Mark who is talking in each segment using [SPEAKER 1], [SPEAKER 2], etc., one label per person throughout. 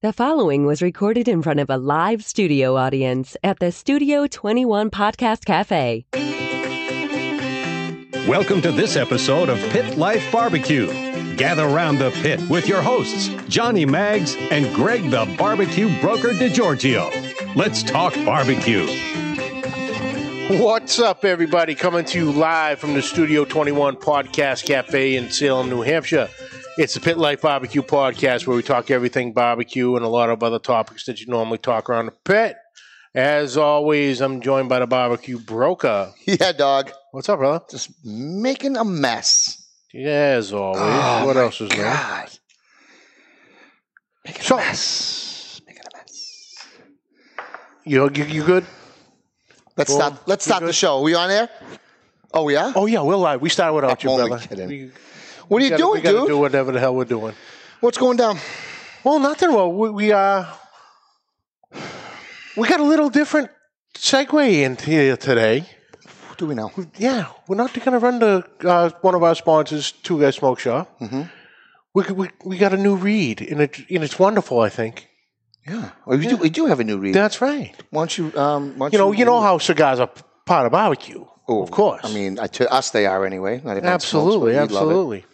[SPEAKER 1] The following was recorded in front of a live studio audience at the Studio 21 Podcast Cafe.
[SPEAKER 2] Welcome to this episode of Pit Life Barbecue. Gather round the pit with your hosts, Johnny Maggs and Greg the Barbecue Broker DiGiorgio. Let's talk barbecue.
[SPEAKER 3] What's up, everybody? Coming to you live from the Studio 21 Podcast Cafe in Salem, New Hampshire. It's the Pit Life Barbecue Podcast where we talk everything barbecue and a lot of other topics that you normally talk around the pit. As always, I'm joined by the barbecue broker.
[SPEAKER 4] Yeah, dog.
[SPEAKER 3] What's up, brother?
[SPEAKER 4] Just making a mess.
[SPEAKER 3] As always.
[SPEAKER 4] Oh,
[SPEAKER 3] what
[SPEAKER 4] my
[SPEAKER 3] else is there?
[SPEAKER 4] God. Making
[SPEAKER 3] So-
[SPEAKER 4] a mess. Making a mess.
[SPEAKER 3] You, you, you good?
[SPEAKER 4] Let's
[SPEAKER 3] Well,
[SPEAKER 4] stop. Let's stop the show. Are we on air? Oh, we are.
[SPEAKER 3] Oh, yeah, we're live. We started without you,
[SPEAKER 4] Only
[SPEAKER 3] brother.
[SPEAKER 4] kidding.
[SPEAKER 3] We,
[SPEAKER 4] what are
[SPEAKER 3] we
[SPEAKER 4] you
[SPEAKER 3] gotta, we
[SPEAKER 4] doing,
[SPEAKER 3] gotta
[SPEAKER 4] dude?
[SPEAKER 3] do whatever the hell we're doing.
[SPEAKER 4] What's going down?
[SPEAKER 3] Well, nothing. Well, we, we uh, we got a little different segue into here today.
[SPEAKER 4] What do we know?
[SPEAKER 3] Yeah, we're not going to run to uh, one of our sponsors, Two Guys Smoke Shop.
[SPEAKER 4] Mhm.
[SPEAKER 3] We, we we got a new read, and it and it's wonderful. I think
[SPEAKER 4] Yeah, Well, we do. We do have a new read.
[SPEAKER 3] that's right.
[SPEAKER 4] why don't you? Um, why don't
[SPEAKER 3] You know, you know how cigars are part of barbecue.
[SPEAKER 4] Oh,
[SPEAKER 3] of course.
[SPEAKER 4] I mean, I, to us they are anyway. Not everyone smokes, but
[SPEAKER 3] absolutely,
[SPEAKER 4] we love it.
[SPEAKER 3] absolutely.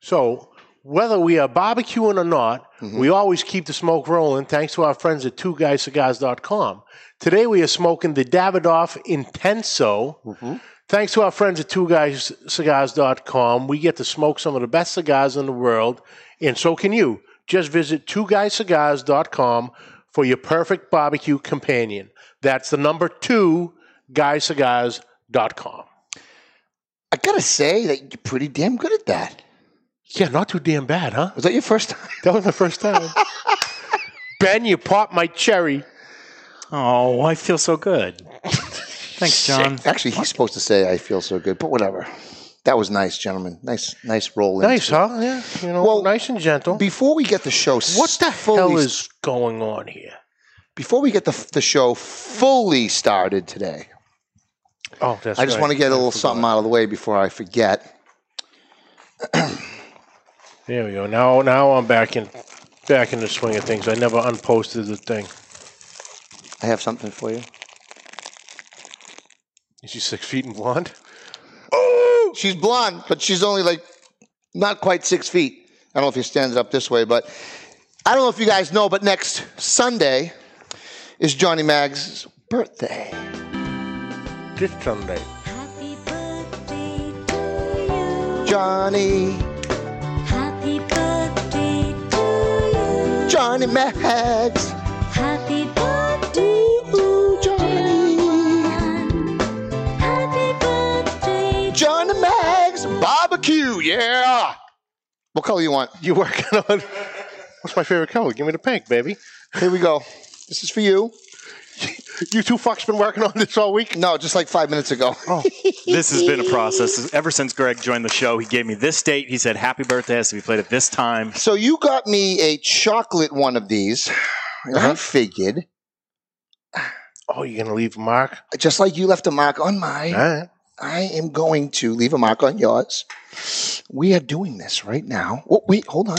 [SPEAKER 3] So whether we are barbecuing or not,
[SPEAKER 4] Mm-hmm.
[SPEAKER 3] we always keep the smoke rolling thanks to our friends at Two twoguyscigars.com. Today we are smoking the Davidoff Intenso.
[SPEAKER 4] Mm-hmm.
[SPEAKER 3] Thanks to our friends at Two twoguyscigars.com, we get to smoke some of the best cigars in the world, and so can you. Just visit Two twoguyscigars.com for your perfect barbecue companion. That's the number two, guyscigars.com.
[SPEAKER 4] I gotta say that you're pretty damn good at that.
[SPEAKER 3] Yeah, not too damn bad, huh?
[SPEAKER 4] Was that your first time?
[SPEAKER 3] That was the first time. ben, you popped my cherry.
[SPEAKER 5] Oh, I feel so good. Thanks, John.
[SPEAKER 4] Actually, he's supposed to say I feel so good, but whatever. That was nice, gentlemen. Nice, nice roll. into
[SPEAKER 3] Nice, huh? Yeah, you know,
[SPEAKER 4] Well,
[SPEAKER 3] nice and gentle.
[SPEAKER 4] Before we get the show,
[SPEAKER 3] what the
[SPEAKER 4] fully,
[SPEAKER 3] hell is going on here?
[SPEAKER 4] before we get the the show fully started today?
[SPEAKER 3] Oh, that's
[SPEAKER 4] I just want to get a little something out of the way before I forget.
[SPEAKER 3] There we go. Now, now I'm back in, back in the swing of things. I never unposted the thing.
[SPEAKER 4] I have something for you.
[SPEAKER 3] Is she six feet and blonde?
[SPEAKER 4] She's blonde, but she's only like not quite six feet. I don't know if he stands up this way, but I don't know if you guys know, but next Sunday is Johnny Mag's birthday.
[SPEAKER 3] This Sunday.
[SPEAKER 6] Happy birthday to you.
[SPEAKER 4] Johnny,
[SPEAKER 6] Happy birthday to you.
[SPEAKER 4] Johnny Mag's.
[SPEAKER 6] Happy birthday
[SPEAKER 4] Ooh, Johnny.
[SPEAKER 6] Ann. Happy birthday.
[SPEAKER 4] Johnny Mag's barbecue, yeah. What color you want?
[SPEAKER 3] You working on? What's my favorite color? Give me the pink, baby.
[SPEAKER 4] Here we go. This is for you.
[SPEAKER 3] You two fucks been working on this all week.
[SPEAKER 4] No, just like five minutes ago.
[SPEAKER 5] This has been a process. Ever since Greg joined the show, he gave me this date. He said, Happy birthday has to be played at this time.
[SPEAKER 4] So you got me a chocolate one of these. And I figured,
[SPEAKER 3] Oh, you're gonna leave a mark?
[SPEAKER 4] just like you left a mark on mine,
[SPEAKER 3] All right.
[SPEAKER 4] I am going to leave a mark on yours. We are doing this right now. Oh, wait, hold on.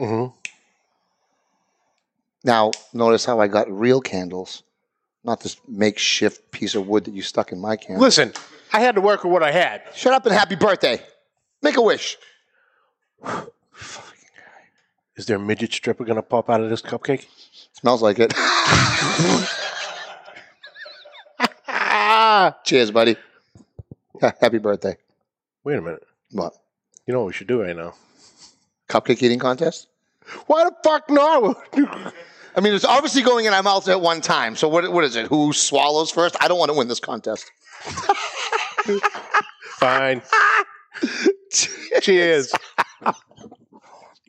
[SPEAKER 3] Mm-hmm.
[SPEAKER 4] Now, notice how I got real candles, not this makeshift piece of wood that you stuck in my candle.
[SPEAKER 3] Listen, I had to work with what I had.
[SPEAKER 4] Shut up and happy birthday. Make a wish.
[SPEAKER 3] Is there a midget stripper gonna pop out of this cupcake?
[SPEAKER 4] Smells like it.
[SPEAKER 3] Ah!
[SPEAKER 4] Cheers, buddy. Ha- Happy birthday.
[SPEAKER 3] Wait a minute.
[SPEAKER 4] What?
[SPEAKER 3] You know what we should do right now?
[SPEAKER 4] Cupcake eating contest?
[SPEAKER 3] Why the fuck not?
[SPEAKER 4] I mean, it's obviously going in our mouths at one time. So what? What is it? Who swallows first? I don't want to win this contest.
[SPEAKER 3] Fine. Cheers.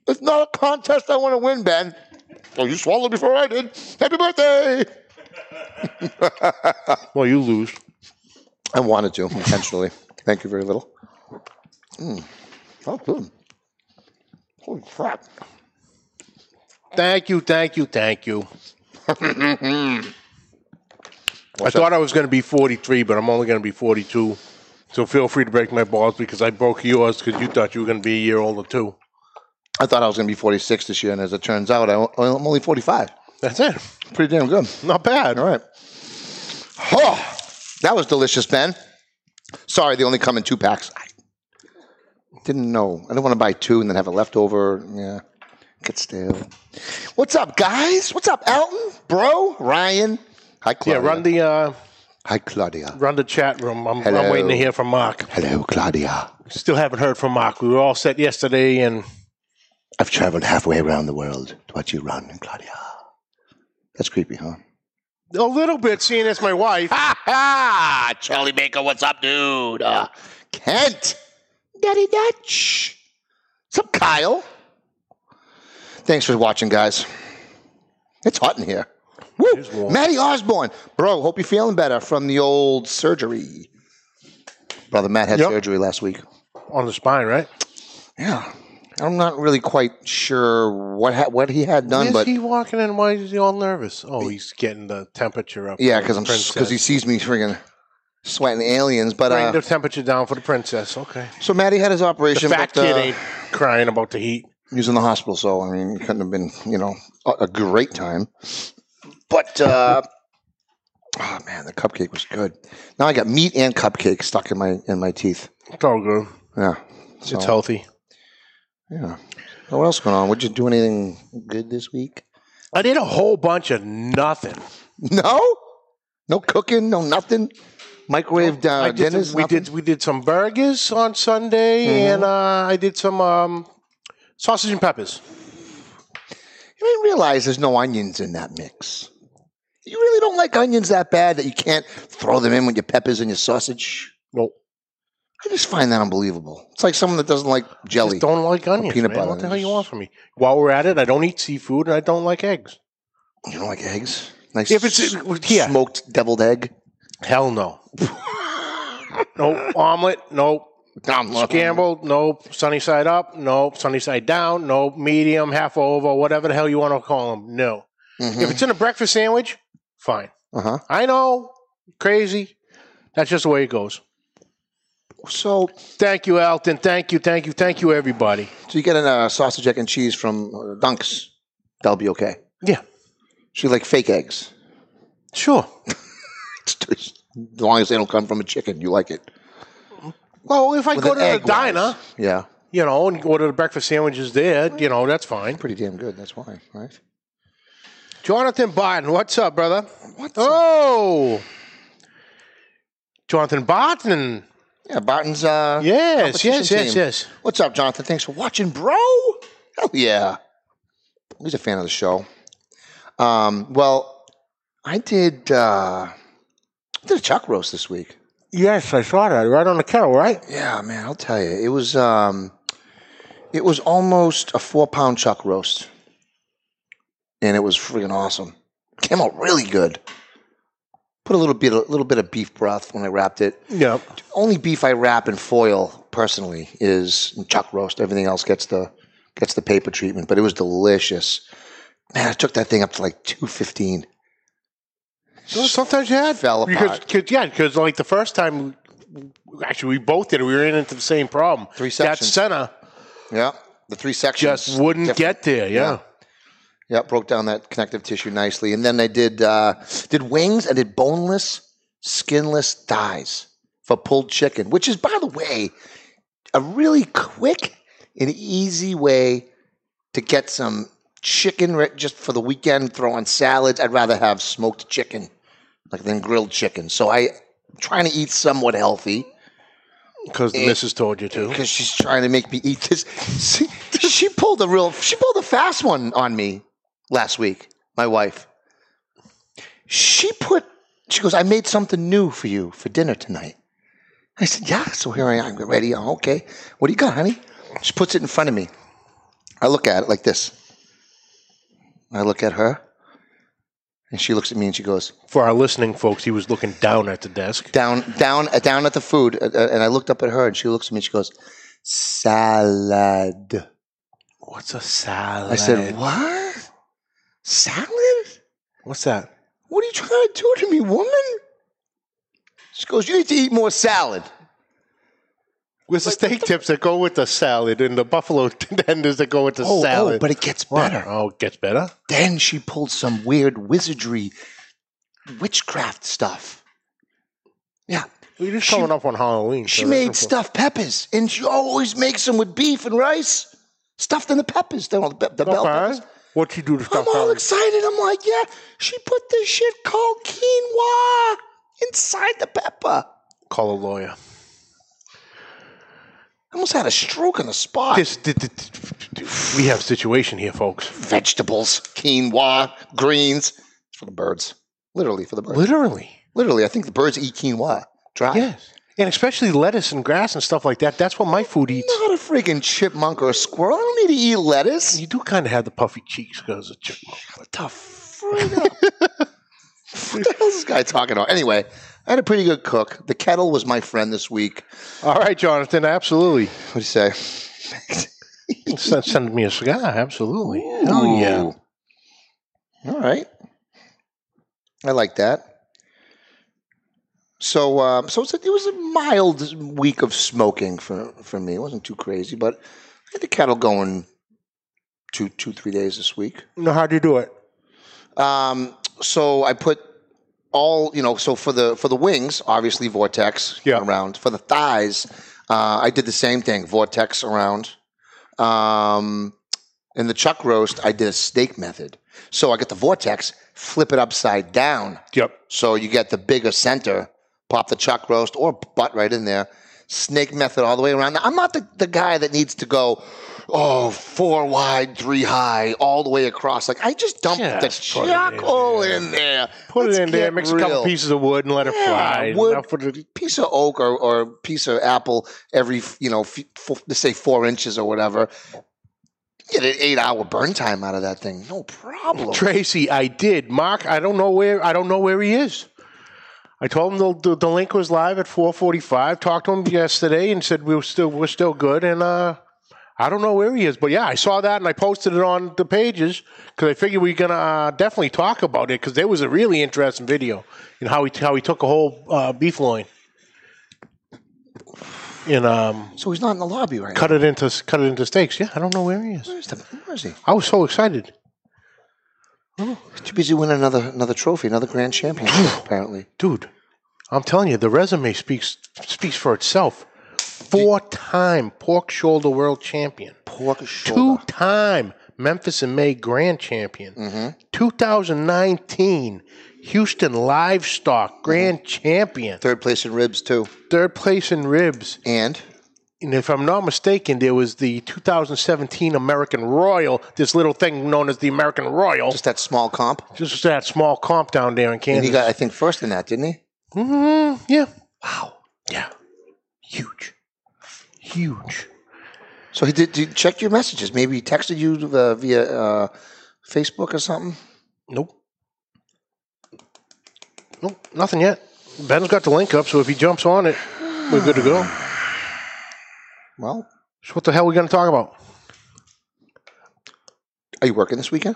[SPEAKER 4] It's not a contest I want to win, Ben. Well, you swallowed before I did. Happy birthday!
[SPEAKER 3] Well, you lose.
[SPEAKER 4] I wanted to intentionally. Thank you very little. Mm. Oh, good. Holy crap!
[SPEAKER 3] Thank you, thank you, thank you. I thought I was going to be 43, but I'm only going to be 42. So feel free to break my balls because I broke yours because you thought you were going to be a year older too.
[SPEAKER 4] I thought I was going to be 46 this year, and as it turns out, I, I'm only 45.
[SPEAKER 3] That's it.
[SPEAKER 4] Pretty damn good.
[SPEAKER 3] Not bad.
[SPEAKER 4] All right. Oh, that was delicious, Ben. Sorry, they only come in two packs. I didn't know. I didn't want to buy two and then have a leftover. Yeah, get stale. What's up, guys? What's up, Elton? Bro, Ryan. Hi,
[SPEAKER 3] Yeah,
[SPEAKER 4] Claudia.
[SPEAKER 3] run the uh,
[SPEAKER 4] Hi, Claudia.
[SPEAKER 3] run the chat room. I'm,
[SPEAKER 4] Hello.
[SPEAKER 3] I'm waiting to hear from Mark.
[SPEAKER 4] Hello, Claudia.
[SPEAKER 3] Still haven't heard from Mark. We were all set yesterday, and
[SPEAKER 4] I've traveled halfway around the world to watch you run, Claudia. That's creepy, huh?
[SPEAKER 3] a little bit seeing it's my wife.
[SPEAKER 4] Ha ha! Charlie Baker, what's up, dude? Uh, Kent, Daddy Dutch, what's up, Kyle? Thanks for watching, guys. It's hot in here. Woo! Matty Osborne, bro, hope you're feeling better from the old surgery. Brother Matt had
[SPEAKER 3] Yep.
[SPEAKER 4] surgery last week.
[SPEAKER 3] On the spine, right?
[SPEAKER 4] Yeah, I'm not really quite sure what ha- what he had done,
[SPEAKER 3] Why is
[SPEAKER 4] but
[SPEAKER 3] he walking in? Why is he all nervous? Oh, he's getting the temperature up.
[SPEAKER 4] yeah,
[SPEAKER 3] for
[SPEAKER 4] because
[SPEAKER 3] the
[SPEAKER 4] I'm
[SPEAKER 3] princess.
[SPEAKER 4] because he sees me friggin' sweating aliens. But
[SPEAKER 3] bring the
[SPEAKER 4] uh,
[SPEAKER 3] temperature down for the princess. Okay.
[SPEAKER 4] so Matty had his
[SPEAKER 3] The
[SPEAKER 4] operation.
[SPEAKER 3] fat
[SPEAKER 4] but,
[SPEAKER 3] kid
[SPEAKER 4] uh,
[SPEAKER 3] ain't crying about the heat.
[SPEAKER 4] He was in the hospital, so I mean, it couldn't have been, you know, a, a great time. But uh, oh man, the cupcake was good. Now I got meat and cupcake stuck in my in my teeth.
[SPEAKER 3] It's all good.
[SPEAKER 4] Yeah,
[SPEAKER 3] It's healthy.
[SPEAKER 4] yeah. Now, what else going on? Would you do anything good this week?
[SPEAKER 3] I did a whole bunch of nothing.
[SPEAKER 4] No, no cooking, no nothing. Microwave uh,
[SPEAKER 3] I did
[SPEAKER 4] dinners.
[SPEAKER 3] some, we did
[SPEAKER 4] nothing? Mm-hmm.
[SPEAKER 3] we did some burgers on Sunday, and uh, I did some um, sausage and peppers.
[SPEAKER 4] You didn't realize there's no onions in that mix. You really don't like onions that bad that you can't throw them in with your peppers and your sausage.
[SPEAKER 3] No,
[SPEAKER 4] I just find that unbelievable. It's like someone that doesn't like jelly.
[SPEAKER 3] just don't like onions.
[SPEAKER 4] peanut
[SPEAKER 3] man.
[SPEAKER 4] butter.
[SPEAKER 3] What the hell you want from me? While we're at it, I don't eat seafood and I don't like eggs.
[SPEAKER 4] You don't like eggs? Nice
[SPEAKER 3] If it's-
[SPEAKER 4] s-
[SPEAKER 3] yeah.
[SPEAKER 4] smoked deviled egg.
[SPEAKER 3] Hell no. no omelet. No
[SPEAKER 4] I'm
[SPEAKER 3] scrambled. No sunny side up. No sunny side down. No medium, half over, whatever the hell you want to call them. No.
[SPEAKER 4] Mm-hmm.
[SPEAKER 3] If it's in a breakfast sandwich, fine.
[SPEAKER 4] Uh huh.
[SPEAKER 3] I know, crazy. That's just the way it goes.
[SPEAKER 4] So,
[SPEAKER 3] Thank you, Alton. Thank you, thank you, thank you, everybody.
[SPEAKER 4] so you get a uh, sausage egg and cheese from uh, Dunks. That'll be okay.
[SPEAKER 3] Yeah,
[SPEAKER 4] So you like fake eggs?
[SPEAKER 3] sure.
[SPEAKER 4] It's t- it's- as long as they don't come from a chicken, you like it.
[SPEAKER 3] Well, if I
[SPEAKER 4] With
[SPEAKER 3] go
[SPEAKER 4] an
[SPEAKER 3] to the
[SPEAKER 4] egg white.
[SPEAKER 3] diner,
[SPEAKER 4] Yeah,
[SPEAKER 3] you know, and order the breakfast sandwiches there, you know, that's fine.
[SPEAKER 4] pretty damn good. That's why, right?
[SPEAKER 3] Jonathan Barton, what's up, brother?
[SPEAKER 4] What's up?
[SPEAKER 3] Oh, Jonathan Barton.
[SPEAKER 4] Yeah, Barton's. Uh,
[SPEAKER 3] Yes, yes,
[SPEAKER 4] competition
[SPEAKER 3] yes,
[SPEAKER 4] team.
[SPEAKER 3] yes.
[SPEAKER 4] What's up, Jonathan? Thanks for watching, bro. Hell yeah. He's a fan of the show. Um, well, I did uh, I did a chuck roast this week.
[SPEAKER 3] Yes, I saw that right on the kettle, right?
[SPEAKER 4] Yeah, man, I'll tell you, it was um, it was almost a four pound chuck roast, and it was freaking awesome. Came out really good. Put a little bit, a little bit of beef broth when I wrapped it.
[SPEAKER 3] Yep.
[SPEAKER 4] Only beef I wrap in foil personally is chuck roast. Everything else gets the gets the paper treatment, but it was delicious. Man, I took that thing up to like two fifteen.
[SPEAKER 3] sometimes you had
[SPEAKER 4] Fell
[SPEAKER 3] because,
[SPEAKER 4] apart.
[SPEAKER 3] 'cause- yeah, because like the first time, actually, we both did it. We ran into the same problem.
[SPEAKER 4] Three
[SPEAKER 3] That
[SPEAKER 4] sections.
[SPEAKER 3] center
[SPEAKER 4] Yeah, the three sections
[SPEAKER 3] just wouldn't
[SPEAKER 4] different.
[SPEAKER 3] get there. yeah.
[SPEAKER 4] Yeah, broke down that connective tissue nicely. And then I did uh, did wings. I did boneless, skinless thighs for pulled chicken, which is, by the way, a really quick and easy way to get some chicken ri- just for the weekend. Throw on salads. I'd rather have smoked chicken, like than grilled chicken. So I. am Trying to eat somewhat healthy
[SPEAKER 3] Because the
[SPEAKER 4] Eh.
[SPEAKER 3] missus told you to.
[SPEAKER 4] because she's trying to make me eat this. She, she pulled a real, she pulled a fast one on me last week. My wife. She put, she goes, I made something new for you for dinner tonight. I said, Yeah, so here I am, get ready. I'm okay. What do you got, honey? She puts it in front of me. I look at it like this. I look at her, and she looks at me and she goes,
[SPEAKER 3] For our listening folks, he was looking down at the desk.
[SPEAKER 4] down, down, uh, down at the food, uh, uh, and I looked up at her, and she looks at me. and She goes, "Salad."
[SPEAKER 3] What's a salad?
[SPEAKER 4] I said, "What? Salad?
[SPEAKER 3] What's that?
[SPEAKER 4] What are you trying to do to me, woman?" She goes, "You need to eat more salad."
[SPEAKER 3] With the steak tips that go with the salad and the buffalo tenders that go with the
[SPEAKER 4] Oh,
[SPEAKER 3] salad.
[SPEAKER 4] oh, but it gets
[SPEAKER 3] What?
[SPEAKER 4] better.
[SPEAKER 3] Oh, it gets better.
[SPEAKER 4] Then she pulled some weird wizardry, witchcraft stuff. Yeah.
[SPEAKER 3] We're just
[SPEAKER 4] She-
[SPEAKER 3] coming up on Halloween.
[SPEAKER 4] She
[SPEAKER 3] so that's
[SPEAKER 4] made
[SPEAKER 3] important.
[SPEAKER 4] stuffed peppers, and she always makes them with beef and rice, stuffed in the peppers. They're all the, pe- the bell peppers.
[SPEAKER 3] Okay. What you do to
[SPEAKER 4] I'm
[SPEAKER 3] stuff?
[SPEAKER 4] all
[SPEAKER 3] Halloween?
[SPEAKER 4] excited. I'm like, yeah, she put this shit called quinoa inside the pepper.
[SPEAKER 3] Call a lawyer.
[SPEAKER 4] I almost had a stroke on the spot.
[SPEAKER 3] This, th- th- th- we have a situation here, folks.
[SPEAKER 4] vegetables, quinoa, greens. It's for the birds. Literally for the birds.
[SPEAKER 3] Literally.
[SPEAKER 4] Literally, I think the birds eat quinoa dry.
[SPEAKER 3] Yes. And especially lettuce and grass and stuff like that. That's what my food eats.
[SPEAKER 4] Not a freaking chipmunk or a squirrel. I don't need to eat lettuce.
[SPEAKER 3] You do kind of have the puffy cheeks because of chipmunk.
[SPEAKER 4] What the frig up? what the hell's this guy talking about? Anyway, I had a pretty good cook. The kettle was my friend this week.
[SPEAKER 3] All right, Jonathan, absolutely.
[SPEAKER 4] What do you say?
[SPEAKER 3] Send, send me a cigar, absolutely. Oh, yeah.
[SPEAKER 4] All right. I like that. So, um, so it was, a, it was a mild week of smoking for for me. It wasn't too crazy, but I had the kettle going two, two, three days this week.
[SPEAKER 3] No, how do you do it?
[SPEAKER 4] Um, so I put all you know. So for the for the wings, obviously vortex
[SPEAKER 3] Yeah.
[SPEAKER 4] around. For the thighs, uh, I did the same thing. Vortex around. Um, in the chuck roast, I did a steak method. So I get the vortex, flip it upside down.
[SPEAKER 3] Yep.
[SPEAKER 4] So you get the bigger center, pop the chuck roast or butt right in there. Snake method all the way around. Now, I'm not the, the guy that needs to go, oh, four wide, three high, all the way across. Like, I just dump the
[SPEAKER 3] Just put it
[SPEAKER 4] chuck
[SPEAKER 3] in
[SPEAKER 4] all
[SPEAKER 3] there.
[SPEAKER 4] in there.
[SPEAKER 3] Put
[SPEAKER 4] Let's
[SPEAKER 3] it in there,
[SPEAKER 4] get
[SPEAKER 3] mix a couple
[SPEAKER 4] real.
[SPEAKER 3] pieces of wood and let it fly.
[SPEAKER 4] Yeah, wood-
[SPEAKER 3] Now for the-
[SPEAKER 4] Piece of oak or, or piece of apple every, you know, f- f- let's say four inches or whatever. Get an eight hour burn time out of that thing. No problem.
[SPEAKER 3] Tracy, I did. Mark, I don't know where I don't know where he is. I told him the, the, the link was live at 4:45. Talked to him yesterday and said we were still we're still good and uh I don't know where he is, but yeah, I saw that and I posted it on the pages because I figured we are gonna uh, definitely talk about it because there was a really interesting video in how he how he took a whole uh, beef loin and um,
[SPEAKER 4] So he's not in the lobby right
[SPEAKER 3] cut it into cut it into steaks. Yeah, I don't know where he is.
[SPEAKER 4] now. Where's the- Where is he?
[SPEAKER 3] I was so excited.
[SPEAKER 4] Too busy winning another another trophy, another grand championship, apparently.
[SPEAKER 3] dude, I'm telling you, the resume speaks speaks for itself. Four-time pork shoulder world champion,
[SPEAKER 4] Pork shoulder.
[SPEAKER 3] two-time Memphis and May grand champion,
[SPEAKER 4] Mm-hmm.
[SPEAKER 3] 2019 Houston livestock grand
[SPEAKER 4] Mm-hmm.
[SPEAKER 3] champion,
[SPEAKER 4] Third place in ribs too.
[SPEAKER 3] third place in ribs,
[SPEAKER 4] And
[SPEAKER 3] and if I'm not mistaken, there was the 2017 American Royal, this little thing known as the American Royal,
[SPEAKER 4] just that small comp.
[SPEAKER 3] just that small comp down there in
[SPEAKER 4] And
[SPEAKER 3] Kansas.
[SPEAKER 4] he got I think first in that, didn't he?
[SPEAKER 3] Mm, yeah,
[SPEAKER 4] Wow.
[SPEAKER 3] yeah, huge, huge.
[SPEAKER 4] So he did, did you check your messages. Maybe he texted you uh, via uh, Facebook or something.
[SPEAKER 3] Nope. Nope, nothing yet. Ben's got the link up, so if he jumps on it, we're good to go.
[SPEAKER 4] Well,
[SPEAKER 3] So what the hell are we going to talk about?
[SPEAKER 4] are you working this weekend?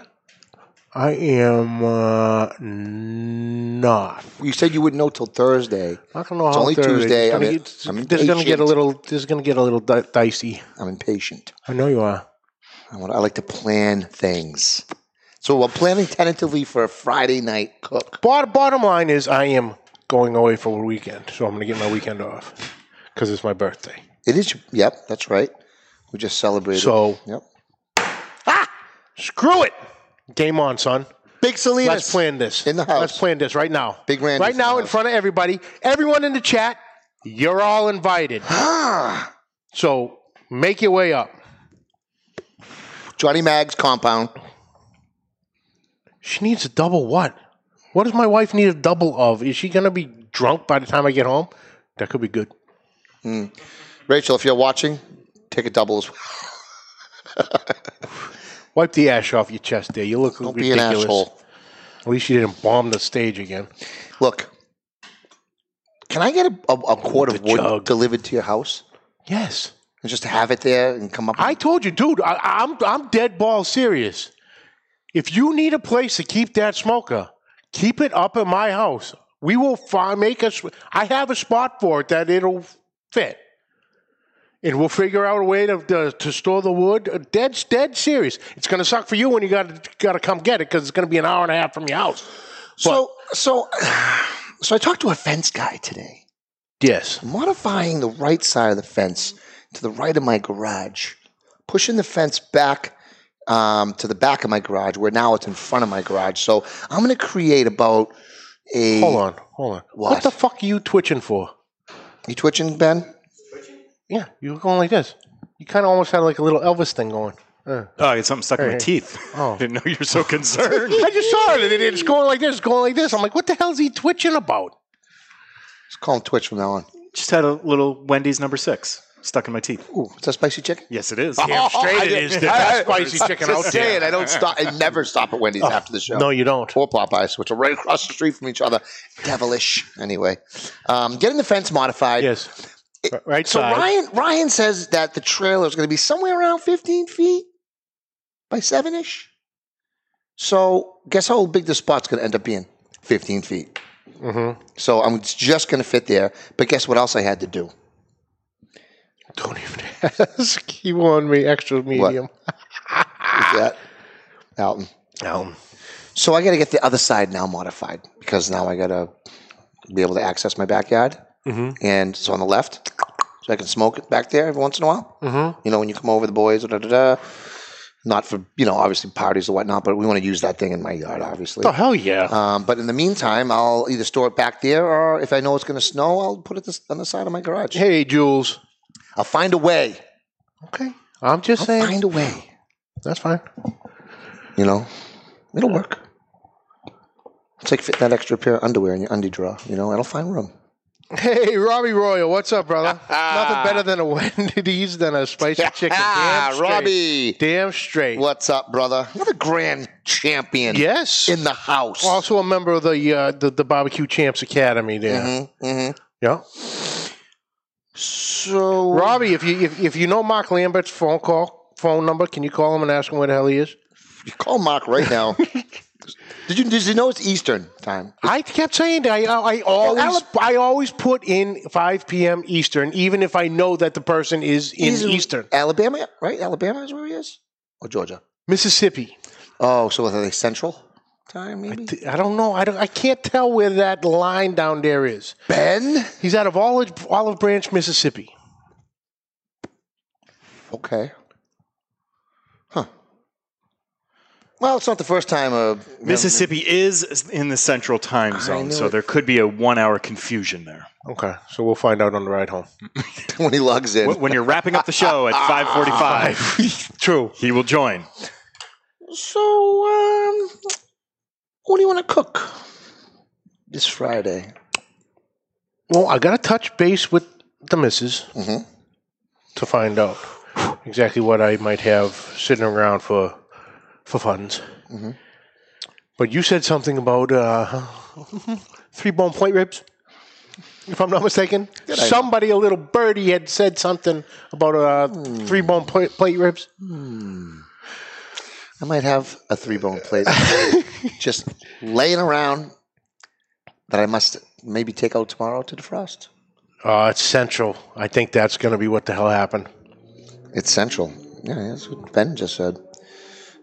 [SPEAKER 3] I am uh, not.
[SPEAKER 4] You said you wouldn't know till Thursday.
[SPEAKER 3] I don't know
[SPEAKER 4] It's
[SPEAKER 3] how
[SPEAKER 4] only
[SPEAKER 3] Thursday-
[SPEAKER 4] Tuesday.
[SPEAKER 3] it's
[SPEAKER 4] I
[SPEAKER 3] gonna
[SPEAKER 4] mean,
[SPEAKER 3] get-
[SPEAKER 4] I mean,
[SPEAKER 3] this is going to get a
[SPEAKER 4] patient.
[SPEAKER 3] little. This is going to get a little di- dicey.
[SPEAKER 4] I'm impatient.
[SPEAKER 3] I know you are.
[SPEAKER 4] I want. I like to plan things. So we're planning tentatively for a Friday night cook.
[SPEAKER 3] Bot- bottom line is, I am going away for a weekend, so I'm going to get my weekend off because it's my birthday.
[SPEAKER 4] It is. Yep, that's right. We just celebrated.
[SPEAKER 3] So
[SPEAKER 4] yep.
[SPEAKER 3] screw it. Game on, son.
[SPEAKER 4] Big Salinas.
[SPEAKER 3] Let's plan this
[SPEAKER 4] In the house.
[SPEAKER 3] Let's plan this right now.
[SPEAKER 4] Big Randy's
[SPEAKER 3] Right
[SPEAKER 4] in the
[SPEAKER 3] now, in
[SPEAKER 4] house.
[SPEAKER 3] front of everybody, everyone in the chat, you're all invited. so make your way up.
[SPEAKER 4] Johnny Mag's compound.
[SPEAKER 3] She needs a double what? What does my wife need a double of? Is she gonna be drunk by the time I get home? That could be good.
[SPEAKER 4] Rachel, if you're watching, take a double as well.
[SPEAKER 3] Wipe the ash off your chest there. You look
[SPEAKER 4] Don't
[SPEAKER 3] ridiculous.
[SPEAKER 4] be an asshole.
[SPEAKER 3] At least you didn't bomb the stage again.
[SPEAKER 4] Look, can I get a, a, a quart
[SPEAKER 3] The
[SPEAKER 4] of wood
[SPEAKER 3] jug.
[SPEAKER 4] delivered to your house
[SPEAKER 3] Yes.
[SPEAKER 4] and just have it there and come up?
[SPEAKER 3] I told you, dude, I, I'm I'm dead ball serious. If you need a place to keep that smoker, keep it up at my house. We will fi- make us. I have a spot for it that it'll fit. And we'll figure out a way to, to, to store the wood. Uh, Dead, dead serious. It's going to suck for you when you got got to come get it because it's going to be an hour and a half from your house.
[SPEAKER 4] So, so, so I talked to a fence guy today.
[SPEAKER 3] Yes.
[SPEAKER 4] modifying the right side of the fence to the right of my garage, pushing the fence back um, to the back of my garage, where now it's in front of my garage. So I'm going to create about a.
[SPEAKER 3] Hold on, hold on. What,
[SPEAKER 4] What?
[SPEAKER 3] the fuck are you twitching for?
[SPEAKER 4] You twitching, Ben?
[SPEAKER 3] Yeah, you were going like this. You kind of almost had like a little Elvis thing going. Uh.
[SPEAKER 5] Oh, I got something stuck in my teeth.
[SPEAKER 3] Oh.
[SPEAKER 5] Didn't know you were so concerned.
[SPEAKER 3] I just saw it. and It's going like this, going like this. I'm like, what the hell is he twitching about?
[SPEAKER 4] Just call him Twitch from now on.
[SPEAKER 5] Just had a little Wendy's number six stuck in my teeth.
[SPEAKER 4] Ooh, is that spicy chicken?
[SPEAKER 5] Yes, it is. Oh,
[SPEAKER 4] I
[SPEAKER 3] straight it
[SPEAKER 4] did-
[SPEAKER 3] is. The best spicy chicken out
[SPEAKER 4] Just saying,
[SPEAKER 3] there.
[SPEAKER 4] I don't stop. I never stop at Wendy's after the show.
[SPEAKER 3] Oh, No, you don't.
[SPEAKER 4] or Popeyes, which are right across the street from each other. Devilish. Anyway, um, getting the fence modified.
[SPEAKER 3] Yes. R- Right
[SPEAKER 4] So
[SPEAKER 3] side.
[SPEAKER 4] Ryan Ryan says that the trailer is going to be somewhere around 15 feet by seven ish. So guess how big the spot's going to end up being? 15 feet.
[SPEAKER 3] Mhm.
[SPEAKER 4] So I'm just going to fit there. But guess what else I had to do?
[SPEAKER 3] Don't even ask. You want me extra medium. Ah.
[SPEAKER 4] Is that Alton?
[SPEAKER 3] Um,
[SPEAKER 4] So I got to get the other side now modified because now I got to be able to access my backyard.
[SPEAKER 3] Mm-hmm.
[SPEAKER 4] And so on the left, so I can smoke it back there every once in a while. Mm-hmm. You know, when you come over, the boys, da da da. da. Not for, you know, obviously parties or whatnot, but we want to use that thing in my yard, obviously.
[SPEAKER 3] oh, hell yeah.
[SPEAKER 4] Um, but in the meantime, I'll either store it back there or if I know it's going to snow, I'll put it this, on the side of my garage.
[SPEAKER 3] hey, Jules.
[SPEAKER 4] I'll find a way.
[SPEAKER 3] Okay. I'm just saying.
[SPEAKER 4] Find a way.
[SPEAKER 3] That's fine.
[SPEAKER 4] You know, it'll work. It's like fitting that extra pair of underwear in your undie drawer. You know, it'll find room.
[SPEAKER 3] Hey, Robbie Royal. What's up, brother? Nothing better than a Wendy's than a spicy chicken. Damn straight.
[SPEAKER 4] Ah, Robbie.
[SPEAKER 3] Damn straight.
[SPEAKER 4] What's up, brother? Another grand champion
[SPEAKER 3] Yes.
[SPEAKER 4] in the house.
[SPEAKER 3] also a member of the uh, the, the Barbecue Champs Academy there.
[SPEAKER 4] hmm
[SPEAKER 3] Yeah.
[SPEAKER 4] So,
[SPEAKER 3] Robbie, if you if, if you know Mark Lambert's phone call phone number, can you call him and ask him where the hell he is?
[SPEAKER 4] you call Mark right now. did you did you know it's Eastern time?
[SPEAKER 3] I kept saying that I, I I always I always put in 5 p.m. Eastern, even if I know that the person is in
[SPEAKER 4] He's
[SPEAKER 3] Eastern
[SPEAKER 4] Alabama, right? Alabama is where he is, or Georgia?
[SPEAKER 3] Mississippi.
[SPEAKER 4] Oh, so are they Central time? Maybe
[SPEAKER 3] Th- I don't know. I don't. I can't tell where that line down there is.
[SPEAKER 4] Ben.
[SPEAKER 3] He's out of Olive, Olive Branch, Mississippi.
[SPEAKER 4] Okay. Huh. Well, it's not the first time. Uh, you know,
[SPEAKER 5] Mississippi is in the central time zone,
[SPEAKER 4] knew
[SPEAKER 5] so
[SPEAKER 4] it.
[SPEAKER 5] there could be a one-hour confusion there.
[SPEAKER 3] Okay, so we'll find out on the ride home.
[SPEAKER 4] when he logs in.
[SPEAKER 5] When you're wrapping up the show at 5:45,
[SPEAKER 3] True.
[SPEAKER 5] he will join.
[SPEAKER 4] So, um, what do you want to cook this Friday?
[SPEAKER 3] Well, I got to touch base with the missus to find out exactly what I might have sitting around for for funds. But you said something about uh, three bone point ribs, if I'm not mistaken. Somebody, a little birdie, had said something about uh, three bone plate, plate ribs.
[SPEAKER 4] I might have a three bone plate just laying around that I must maybe take out tomorrow to defrost.
[SPEAKER 3] Uh, it's central. I think that's going to be what the hell happened.
[SPEAKER 4] It's central. Yeah, that's what Ben just said.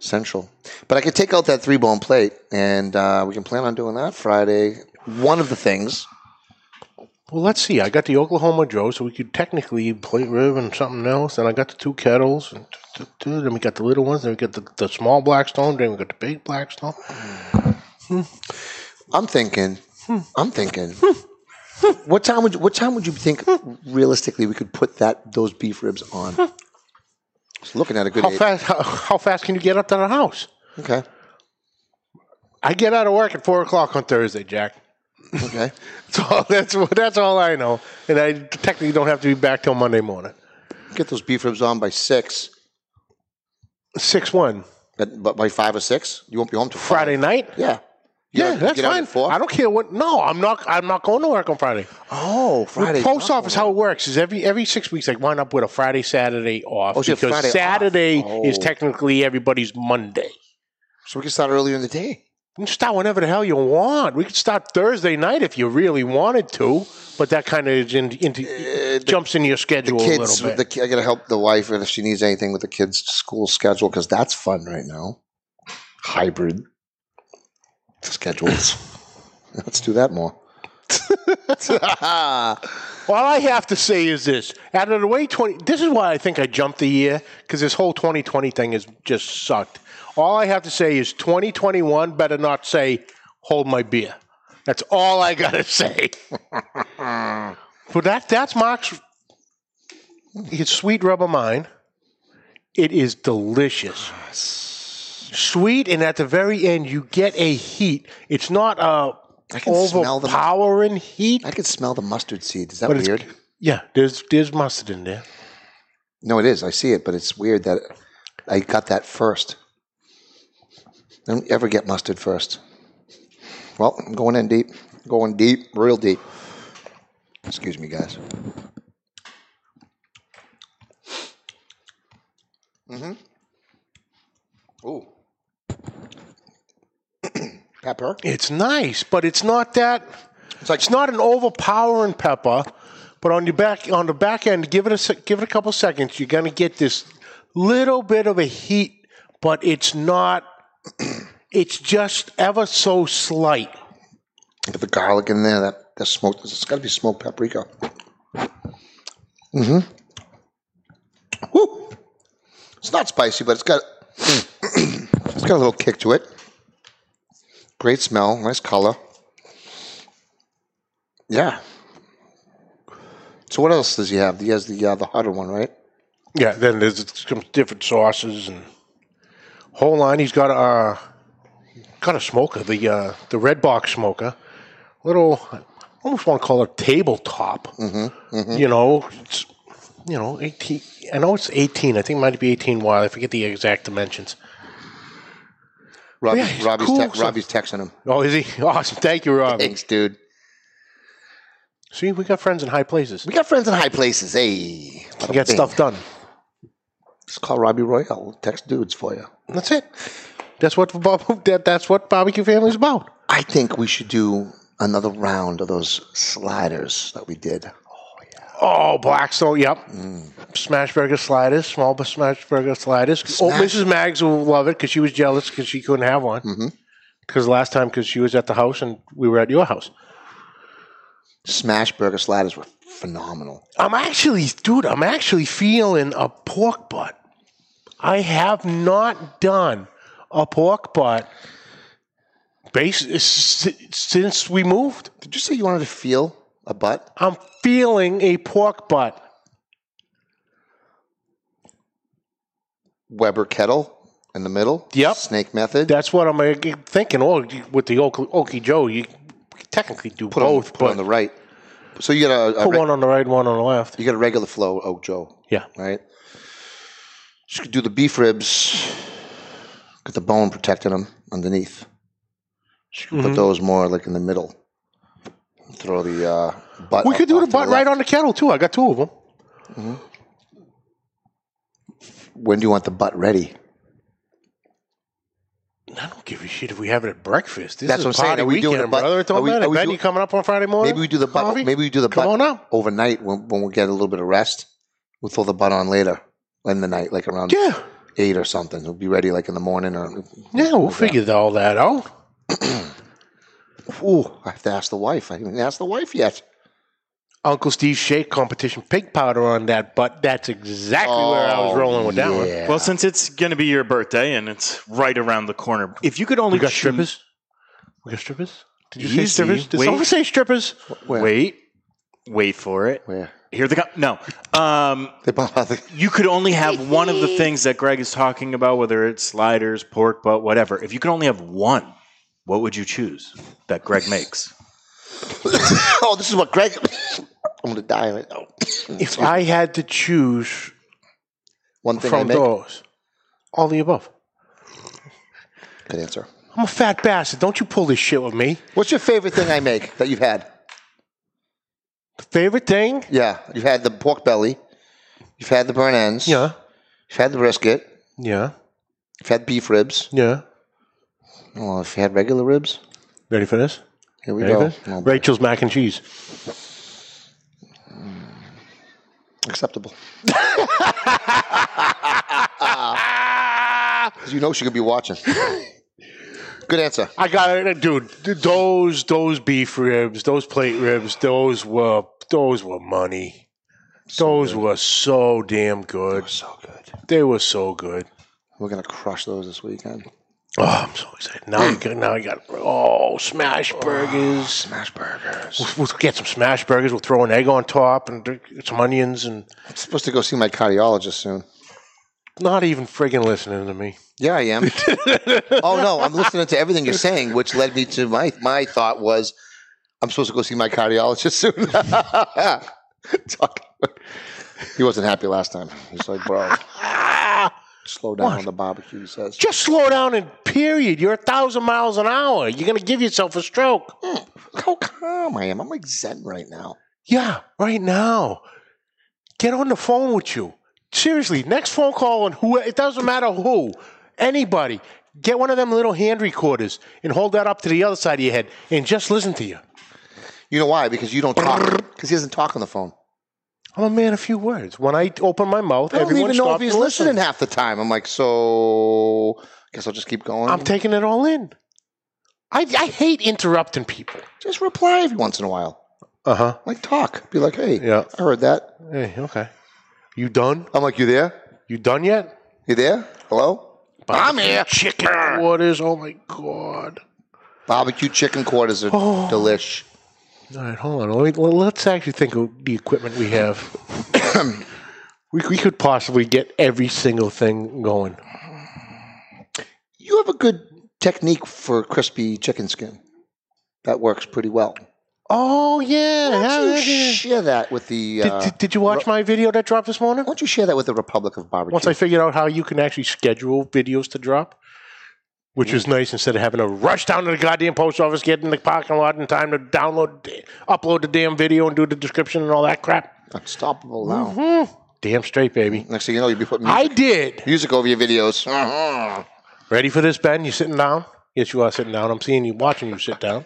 [SPEAKER 4] Central. But I could take out that three bone plate and uh, we can plan on doing that Friday. One of the things.
[SPEAKER 3] Well, let's see. I got the Oklahoma Joe, so we could technically plate rib and something else. And I got the two kettles, and t- t- t- then we got the little ones. Then we got the, the small blackstone. Then we got the big blackstone.
[SPEAKER 4] I'm thinking. I'm thinking. What time would you, what time would you think realistically we could put that those beef ribs on? Just looking at a good
[SPEAKER 3] How
[SPEAKER 4] eight.
[SPEAKER 3] fast? How, how fast can you get up to the house?
[SPEAKER 4] Okay.
[SPEAKER 3] I get out of work at four o'clock on Thursday, Jack.
[SPEAKER 4] Okay.
[SPEAKER 3] That's all. That's what. That's all I know. And I technically don't have to be back till Monday morning.
[SPEAKER 4] Get those beef ribs on by six.
[SPEAKER 3] Six one
[SPEAKER 4] But, but by five or six, you won't be home till five.
[SPEAKER 3] Friday night.
[SPEAKER 4] Yeah.
[SPEAKER 3] Yeah,
[SPEAKER 4] You
[SPEAKER 3] that's
[SPEAKER 4] get out
[SPEAKER 3] fine.
[SPEAKER 4] at four?
[SPEAKER 3] I don't care what. No, I'm not. I'm not going to work on Friday.
[SPEAKER 4] Oh, Friday.
[SPEAKER 3] The post
[SPEAKER 4] Oh.
[SPEAKER 3] office, how it works is every every six weeks, they wind up with a Friday, Saturday off
[SPEAKER 4] Oh, so you have
[SPEAKER 3] because
[SPEAKER 4] Friday off.
[SPEAKER 3] Saturday
[SPEAKER 4] Oh.
[SPEAKER 3] is technically everybody's Monday.
[SPEAKER 4] So we can start earlier in the day.
[SPEAKER 3] We can start whenever the hell you want. We could start Thursday night if you really wanted to, but that kind of in, into, jumps into your schedule a
[SPEAKER 4] Uh, Kids,
[SPEAKER 3] little
[SPEAKER 4] with the,
[SPEAKER 3] bit.
[SPEAKER 4] ki- I gotta help the wife if she needs anything with the kids' school schedule because that's fun right now. Hybrid schedules. Let's do that more.
[SPEAKER 3] All I have to say is this: out of the way, twenty. This is why I think I jumped the year because this whole 2020 thing has just sucked. All I have to say is 2021 better not say hold my beer. That's all I gotta say. but that that's Mark's. It's sweet rubber mine. It is delicious. Sweet, and at the very end, you get a heat. It's not a
[SPEAKER 4] I can smell the-
[SPEAKER 3] overpowering heat.
[SPEAKER 4] I can smell the mustard seed. Is that
[SPEAKER 3] But it's-
[SPEAKER 4] weird?
[SPEAKER 3] Yeah, there's there's mustard in there.
[SPEAKER 4] No, it is. I see it, but it's weird that I got that first. I don't ever get mustard first. Well, I'm going in deep. Going deep, real deep. Excuse me, guys. Mm-hmm. Ooh. Pepper.
[SPEAKER 3] It's nice, but it's not that.
[SPEAKER 4] It's like
[SPEAKER 3] It's not an overpowering pepper. But on your back on the back end, give it a sec- give it a couple seconds. You're gonna get this little bit of a heat, but it's not. It's just ever so slight.
[SPEAKER 4] Get the garlic in there. That that smoked. It's got to be smoked paprika. Mm-hmm. Woo. It's not spicy, but it's got it's got a little kick to it. Great smell. Nice color. Yeah. So what else does he have? He has the uh, the hotter one, right?
[SPEAKER 3] Yeah. Then there's some different sauces and whole line. He's got a uh, got a smoker, the uh, the red box smoker. Little, I almost want to call it tabletop. You know, it's, you know, eighteen. I know it's eighteen. I think it might be eighteen wide. I forget the exact dimensions.
[SPEAKER 4] Robbie,
[SPEAKER 3] Oh, Yeah, it's
[SPEAKER 4] Robbie's
[SPEAKER 3] cool.
[SPEAKER 4] te- Robbie's texting him.
[SPEAKER 3] Oh, is he awesome? Thank you, Robbie.
[SPEAKER 4] Thanks, dude.
[SPEAKER 3] See, we got friends in high places.
[SPEAKER 4] We got friends in high places. Hey,
[SPEAKER 3] We got stuff done.
[SPEAKER 4] Just call Robbie Royale. Text dudes for you.
[SPEAKER 3] That's it. That's what barb- that, that's what barbecue family's about.
[SPEAKER 4] I think we should do another round of those sliders that we did.
[SPEAKER 3] Oh, Blackstone. Yep. Smash burger sliders, small but smash burger sliders. Oh,
[SPEAKER 4] Smash.
[SPEAKER 3] Mrs. Maggs will love it because she was jealous because she couldn't have one. Because last time, because she was at the house and we were at your house.
[SPEAKER 4] Smash burger sliders were phenomenal.
[SPEAKER 3] I'm actually, dude, I'm actually feeling a pork butt. I have not done a pork butt base s- s- since we moved.
[SPEAKER 4] Did you say you wanted to feel a butt?
[SPEAKER 3] I'm feeling a pork butt.
[SPEAKER 4] Weber kettle in the middle.
[SPEAKER 3] Yep.
[SPEAKER 4] Snake method.
[SPEAKER 3] That's what I'm uh, thinking. Oh, with the Oakley, Oakie Joe, you technically do
[SPEAKER 4] put
[SPEAKER 3] both,
[SPEAKER 4] on, put
[SPEAKER 3] but
[SPEAKER 4] on the right. So you got a, a
[SPEAKER 3] put
[SPEAKER 4] re-
[SPEAKER 3] one on the right, one on the left.
[SPEAKER 4] you got a regular flow oak Joe,
[SPEAKER 3] Yeah.
[SPEAKER 4] right? Just could do the beef ribs. Got the bone protecting them underneath. Just
[SPEAKER 3] Mm-hmm.
[SPEAKER 4] could Put those more like in the middle. Throw the uh, butt.
[SPEAKER 3] We
[SPEAKER 4] up
[SPEAKER 3] could do
[SPEAKER 4] off
[SPEAKER 3] the
[SPEAKER 4] to
[SPEAKER 3] butt right
[SPEAKER 4] left.
[SPEAKER 3] on the kettle too. I got two of them.
[SPEAKER 4] When do you want the butt ready?
[SPEAKER 3] I don't give a shit if we have it at breakfast. This
[SPEAKER 4] That's
[SPEAKER 3] is
[SPEAKER 4] what I'm saying.
[SPEAKER 3] party
[SPEAKER 4] Are we doing
[SPEAKER 3] weekend,
[SPEAKER 4] a butt-
[SPEAKER 3] brother. It don't
[SPEAKER 4] are we-
[SPEAKER 3] matter.
[SPEAKER 4] are we
[SPEAKER 3] Ben,
[SPEAKER 4] do-
[SPEAKER 3] you coming up on Friday morning?
[SPEAKER 4] Maybe we do the butt.
[SPEAKER 3] Harvey?
[SPEAKER 4] Maybe we do the
[SPEAKER 3] Come
[SPEAKER 4] butt
[SPEAKER 3] on up.
[SPEAKER 4] overnight when, when we get a little bit of rest. We'll throw the butt on later in the night, like around
[SPEAKER 3] Yeah,
[SPEAKER 4] eight or something. We'll be ready like in the morning. Or
[SPEAKER 3] yeah, we'll figure all that out.
[SPEAKER 4] ooh, I have to ask the wife. I haven't asked the wife yet.
[SPEAKER 3] Uncle Steve's shake competition pig powder on that butt. That's exactly where I was rolling with that one.
[SPEAKER 4] Yeah.
[SPEAKER 5] Well, since it's going to be your birthday and it's right around the corner, if you could only
[SPEAKER 3] We got
[SPEAKER 5] choose-
[SPEAKER 3] strippers. We got strippers. Did you
[SPEAKER 5] Easy.
[SPEAKER 3] say strippers? Did
[SPEAKER 5] Wait.
[SPEAKER 3] someone say strippers?
[SPEAKER 4] Where?
[SPEAKER 5] Wait, wait for it.
[SPEAKER 4] Where?
[SPEAKER 5] Here they come. No. Um,
[SPEAKER 4] They bother.
[SPEAKER 5] you could only have one of the things that Greg is talking about, whether it's sliders, pork butt, whatever. If you could only have one, what would you choose that Greg makes?
[SPEAKER 4] oh, this is what Greg. I'm gonna die oh. right now.
[SPEAKER 3] If I had to choose
[SPEAKER 4] One thing I
[SPEAKER 3] from
[SPEAKER 4] make.
[SPEAKER 3] those, all the above.
[SPEAKER 4] Good answer.
[SPEAKER 3] I'm a fat bastard. Don't you pull this shit with me.
[SPEAKER 4] What's your favorite thing I make that you've had?
[SPEAKER 3] Favorite thing?
[SPEAKER 4] Yeah, you've had the pork belly. You've had the burn ends.
[SPEAKER 3] Yeah.
[SPEAKER 4] You've had the brisket.
[SPEAKER 3] Yeah.
[SPEAKER 4] You've had beef ribs.
[SPEAKER 3] Yeah.
[SPEAKER 4] Well, if you had regular ribs,
[SPEAKER 3] Ready for this?
[SPEAKER 4] here we
[SPEAKER 3] Ready for
[SPEAKER 4] go.
[SPEAKER 3] this?
[SPEAKER 4] Well,
[SPEAKER 3] Rachel's mac and cheese.
[SPEAKER 4] acceptable. 'Cause you know she could be watching. Good answer.
[SPEAKER 3] I got it, dude. th- Those those beef ribs, those plate ribs, those were those were money. those were so damn good.
[SPEAKER 4] So good.
[SPEAKER 3] They were so good.
[SPEAKER 4] We're gonna crush those this weekend.
[SPEAKER 3] Oh, I'm so excited. Now we got now I got oh smash burgers.
[SPEAKER 4] Smash burgers.
[SPEAKER 3] We'll, we'll get some smash burgers. We'll throw an egg on top and drink some onions and
[SPEAKER 4] I'm supposed to go see my cardiologist soon.
[SPEAKER 3] not even friggin' listening to me.
[SPEAKER 4] Yeah, I am. oh no, I'm listening to everything you're saying, which led me to my my thought was I'm supposed to go see my cardiologist soon. Talk- he wasn't happy last time. He's like, bro, slow down on the barbecue. He
[SPEAKER 3] Ah,
[SPEAKER 4] says,
[SPEAKER 3] Just slow down and period. You're a thousand miles an hour. You're gonna give yourself a stroke.
[SPEAKER 4] look how calm I am. I'm like zen right now.
[SPEAKER 3] Yeah, right now. Get on the phone with you. Seriously, next phone call and who it doesn't matter who, anybody. Get one of them little hand recorders and hold that up to the other side of your head and just listen to you.
[SPEAKER 4] You know why? Because you don't talk. Because he doesn't talk on the phone.
[SPEAKER 3] I'm a man of few words. When I open my mouth,
[SPEAKER 4] I don't
[SPEAKER 3] everyone
[SPEAKER 4] even know if
[SPEAKER 3] stops
[SPEAKER 4] he's
[SPEAKER 3] and
[SPEAKER 4] listening
[SPEAKER 3] listens.
[SPEAKER 4] half the time. I'm like, so guess I'll just keep going.
[SPEAKER 3] I'm taking it all in. I, I hate interrupting people.
[SPEAKER 4] just reply every once in a while.
[SPEAKER 3] Uh huh.
[SPEAKER 4] Like talk. Be like, hey,
[SPEAKER 3] Yeah.
[SPEAKER 4] I heard that.
[SPEAKER 3] Hey, okay. You done?
[SPEAKER 4] I'm like, you there?
[SPEAKER 3] You done yet?
[SPEAKER 4] You there? Hello? I'm here.
[SPEAKER 3] Chicken quarters. Oh my god.
[SPEAKER 4] Barbecue chicken quarters are delish.
[SPEAKER 3] All right, hold on. Let me, let- let's actually think of the equipment we have. we, we could possibly get every single thing going.
[SPEAKER 4] You have a good technique for crispy chicken skin. That works pretty well.
[SPEAKER 3] Oh yeah,
[SPEAKER 4] Why
[SPEAKER 3] yeah,
[SPEAKER 4] don't you
[SPEAKER 3] yeah, yeah.
[SPEAKER 4] share that with the?
[SPEAKER 3] Did,
[SPEAKER 4] Uh,
[SPEAKER 3] did, did you watch my video that dropped this morning?
[SPEAKER 4] why don't you share that with the Republic of Barbecue?
[SPEAKER 3] Once I figured out how you can actually schedule videos to drop, which was nice instead of having to rush down to the goddamn post office, get in the parking lot in time to download, upload the damn video, and do the description and all that crap.
[SPEAKER 4] Unstoppable now.
[SPEAKER 3] Damn straight, baby.
[SPEAKER 4] Next thing you know, you'll be putting
[SPEAKER 3] Hmm. I
[SPEAKER 4] music,
[SPEAKER 3] did.
[SPEAKER 4] music over your videos. Uh-huh.
[SPEAKER 3] Ready for this, Ben? You sitting down? Yes, you are sitting down. I'm seeing you, watching you sit down.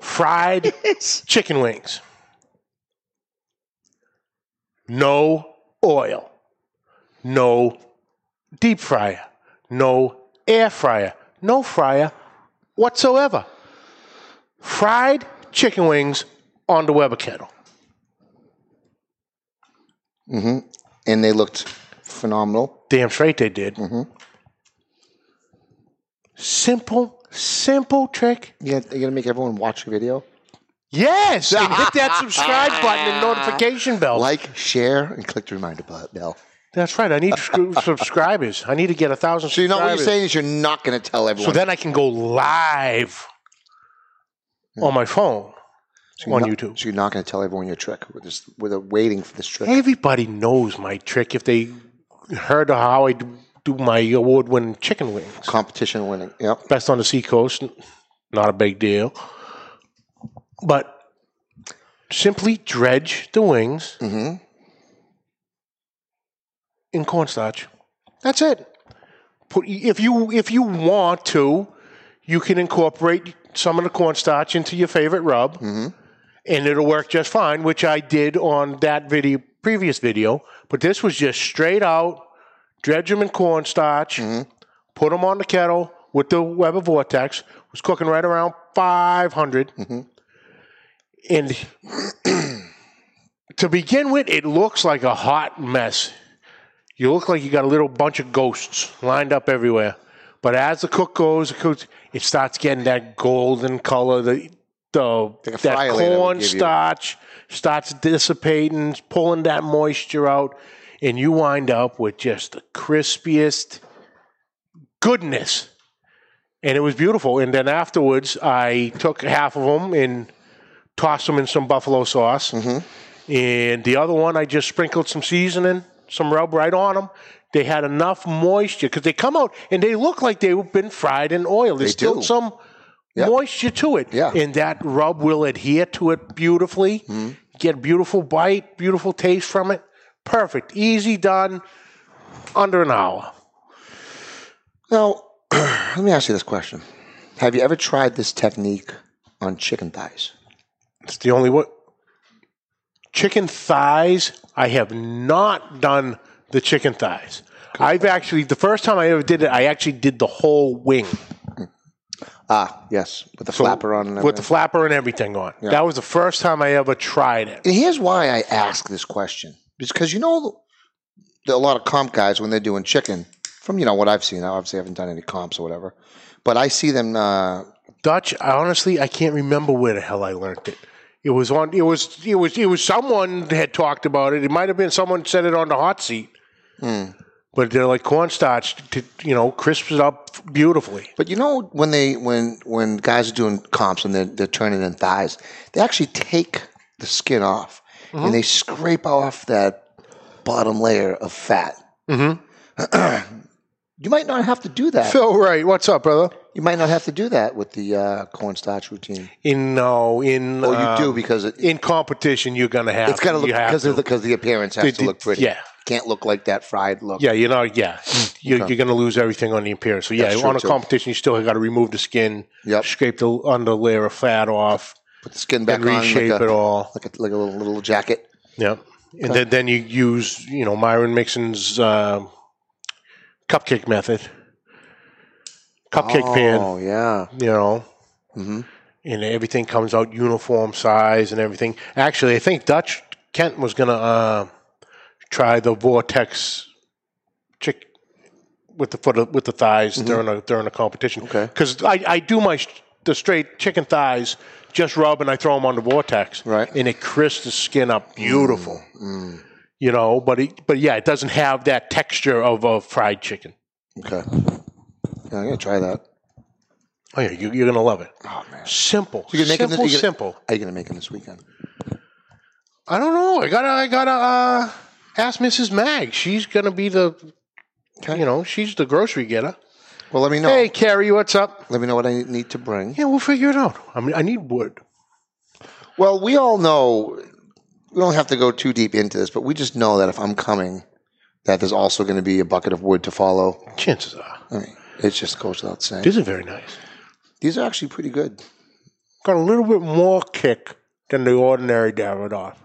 [SPEAKER 3] Fried chicken wings. No oil. No deep fryer. No air fryer. No fryer whatsoever. Fried chicken wings on the Weber kettle.
[SPEAKER 4] And they looked phenomenal.
[SPEAKER 3] Damn straight they did. Simple, simple trick.
[SPEAKER 4] You're gonna, you're gonna make everyone watch your video,
[SPEAKER 3] Yes, and hit that subscribe button and notification bell.
[SPEAKER 4] like, share, and click the reminder bu- bell.
[SPEAKER 3] That's right. I need sc- subscribers. I need to get a thousand.
[SPEAKER 4] So you know what you're
[SPEAKER 3] subscribers.
[SPEAKER 4] saying is you're not gonna tell everyone.
[SPEAKER 3] So then I can go live on my phone on
[SPEAKER 4] not-
[SPEAKER 3] YouTube.
[SPEAKER 4] So you're not going to tell everyone your trick. We're just we're the- waiting for this trick.
[SPEAKER 3] Everybody knows my trick if they heard how I do, do my award-winning chicken wings.
[SPEAKER 4] Competition winning. Yep.
[SPEAKER 3] Best on the seacoast. n- Not a big deal. But simply dredge the wings
[SPEAKER 4] Mm-hmm.
[SPEAKER 3] in cornstarch. That's it. Put if you if you want to, you can incorporate some of the cornstarch into your favorite rub, and it'll work just fine. Which I did on that video, previous video. But this was just straight out dredge them in cornstarch, put them on the kettle with the Weber Vortex. Was cooking right around five
[SPEAKER 4] Mm-hmm.
[SPEAKER 3] and to begin with, it looks like a hot mess. You look like you got a little bunch of ghosts lined up everywhere. But as the cook goes, the cook- it starts getting that golden color. The the
[SPEAKER 4] a fry
[SPEAKER 3] that
[SPEAKER 4] later would
[SPEAKER 3] corn
[SPEAKER 4] give you.
[SPEAKER 3] starch starts dissipating, pulling that moisture out, and you wind up with just the crispiest goodness. And it was beautiful. And then afterwards, I took half of them and tossed them in some buffalo sauce.
[SPEAKER 4] Mm-hmm.
[SPEAKER 3] And the other one, I just sprinkled some seasoning, some rub right on them. They had enough moisture because they come out and they look like they've been fried in oil. There's
[SPEAKER 4] They
[SPEAKER 3] still
[SPEAKER 4] do.
[SPEAKER 3] some moisture to it.
[SPEAKER 4] Yeah. Mm-hmm.
[SPEAKER 3] And that rub will adhere to it beautifully. Get a beautiful bite, beautiful taste from it. Perfect. Easy done under an hour.
[SPEAKER 4] Now, let me ask you this question: Have you ever tried this technique on chicken thighs?
[SPEAKER 3] It's the only one. Chicken thighs. I have not done the chicken thighs. I've actually the first time I ever did it, I actually did the whole wing
[SPEAKER 4] Ah, yes, with the flapper on. And
[SPEAKER 3] with the
[SPEAKER 4] everything.
[SPEAKER 3] flapper and everything on. That was the first time I ever tried it.
[SPEAKER 4] And here's why I ask this question because you know there are a lot of comp guys when they're doing chicken from you know what I've seen. I obviously haven't done any comps or whatever, but I see them. Uh,
[SPEAKER 3] Dutch. I honestly I can't remember where the hell I learned it. It was on. It was. It was. It was someone had talked about it. It might have been someone said it on the hot seat. Hmm. But they're like cornstarch. To, you know, crisps it up beautifully.
[SPEAKER 4] but you know when they when when guys are doing comps and they're they're turning in thighs, they actually take the skin off and they scrape off that bottom layer of fat. Mm-hmm. you might not have to do that.
[SPEAKER 3] Phil, right? What's up, brother?
[SPEAKER 4] You might not have to do that with the uh, cornstarch routine.
[SPEAKER 3] In no, in
[SPEAKER 4] Well,
[SPEAKER 3] uh,
[SPEAKER 4] you do because it,
[SPEAKER 3] in competition, you're gonna have
[SPEAKER 4] It's got to look
[SPEAKER 3] you have
[SPEAKER 4] because of
[SPEAKER 3] to.
[SPEAKER 4] the because the appearance has
[SPEAKER 3] The-
[SPEAKER 4] to look
[SPEAKER 3] the-
[SPEAKER 4] pretty.
[SPEAKER 3] yeah.
[SPEAKER 4] can't look like that fried look.
[SPEAKER 3] yeah, you know, yeah, you're, you're gonna lose everything on the appearance. So yeah,
[SPEAKER 4] Mm, That's true,
[SPEAKER 3] on a
[SPEAKER 4] too.
[SPEAKER 3] competition, you still got to remove the skin,
[SPEAKER 4] Yep.
[SPEAKER 3] scrape the under layer of fat off,
[SPEAKER 4] put the skin back
[SPEAKER 3] and
[SPEAKER 4] on like
[SPEAKER 3] reshape
[SPEAKER 4] a,
[SPEAKER 3] it all.
[SPEAKER 4] like a like a little, little jacket.
[SPEAKER 3] Yep. And then, then you use, you know, Myron Mixon's uh, cupcake method, cupcake pan,
[SPEAKER 4] Oh yeah,
[SPEAKER 3] you know,
[SPEAKER 4] Mm-hmm.
[SPEAKER 3] and everything comes out uniform size and everything. Actually, I think Dutch Kent was going to uh, try the Vortex chick with the foot with the thighs during a during a competition.
[SPEAKER 4] Mm-hmm. Okay.
[SPEAKER 3] Because I, I do my sh- the straight chicken thighs, just rub and I throw them on the vortex.
[SPEAKER 4] Right. Mm.
[SPEAKER 3] And it crisps the skin up beautiful. You know, but it, but yeah, it doesn't have that texture of a fried chicken.
[SPEAKER 4] okay. Yeah, I'm gonna try that.
[SPEAKER 3] Oh yeah, you, you're gonna love it.
[SPEAKER 4] Oh man,
[SPEAKER 3] Simple,
[SPEAKER 4] You can make 'em
[SPEAKER 3] simple,
[SPEAKER 4] th- you can-
[SPEAKER 3] simple.
[SPEAKER 4] are you gonna make them this weekend?
[SPEAKER 3] I don't know. I gotta I gotta uh, ask Mrs. Mag. She's gonna be the, you know, she's the grocery getter.
[SPEAKER 4] Well, let me know.
[SPEAKER 3] Hey, Carrie, what's up?
[SPEAKER 4] Let me know what I need to bring.
[SPEAKER 3] Yeah, we'll figure it out. I mean, I need wood.
[SPEAKER 4] Well, we all know we don't have to go too deep into this, but we just know that if I'm coming, that there's also going to be a bucket of wood to follow.
[SPEAKER 3] Chances are,
[SPEAKER 4] I mean, it just goes without saying.
[SPEAKER 3] these are very nice.
[SPEAKER 4] These are actually pretty good.
[SPEAKER 3] got a little bit more kick than the ordinary Davidoff.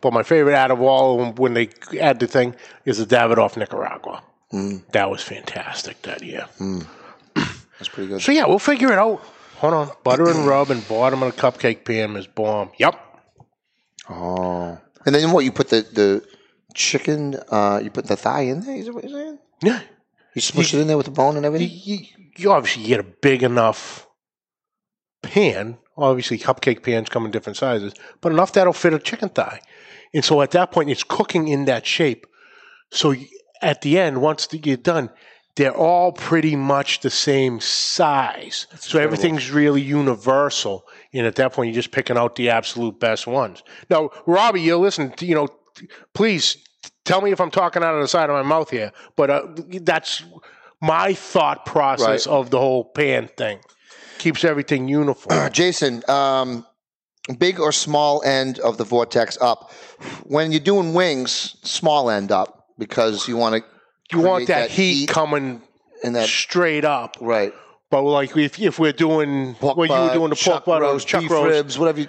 [SPEAKER 3] But my favorite out of all of them, when they add the thing, is the Davidoff Nicaragua. That was fantastic that year.
[SPEAKER 4] That's pretty good.
[SPEAKER 3] So yeah, we'll figure it out. Hold on, butter and rub and bottom of the cupcake pan is bomb. Yep.
[SPEAKER 4] Oh. And then what? You put the, the chicken, uh, you put the thigh in there? Is that what you're saying?
[SPEAKER 3] Yeah.
[SPEAKER 4] You smush it in there with the bone and everything?
[SPEAKER 3] You, you obviously get a big enough pan. Obviously, cupcake pans come in different sizes, but enough that'll fit a chicken thigh. And so at that point, it's cooking in that shape. So y- at the end, once the, you're done, they're all pretty much the same size. so everything's really universal. And at that point, you're just picking out the absolute best ones. Now, Robbie, you're listening. To, you know, t- please t- tell me if I'm talking out of the side of my mouth here, but uh, that's my thought process
[SPEAKER 4] Right.
[SPEAKER 3] of the whole pan thing. Keeps everything uniform.
[SPEAKER 4] Jason, um, big or small end of the vortex up. When you're doing wings, small end up because you want to.
[SPEAKER 3] you want
[SPEAKER 4] create
[SPEAKER 3] that,
[SPEAKER 4] that
[SPEAKER 3] heat,
[SPEAKER 4] heat
[SPEAKER 3] coming
[SPEAKER 4] And that.
[SPEAKER 3] straight up.
[SPEAKER 4] Right.
[SPEAKER 3] But like if, if we're doing what you were
[SPEAKER 4] butt,
[SPEAKER 3] doing the pork
[SPEAKER 4] chuck
[SPEAKER 3] butt
[SPEAKER 4] roast,
[SPEAKER 3] roast, chuck
[SPEAKER 4] beef
[SPEAKER 3] roast,
[SPEAKER 4] ribs, whatever you.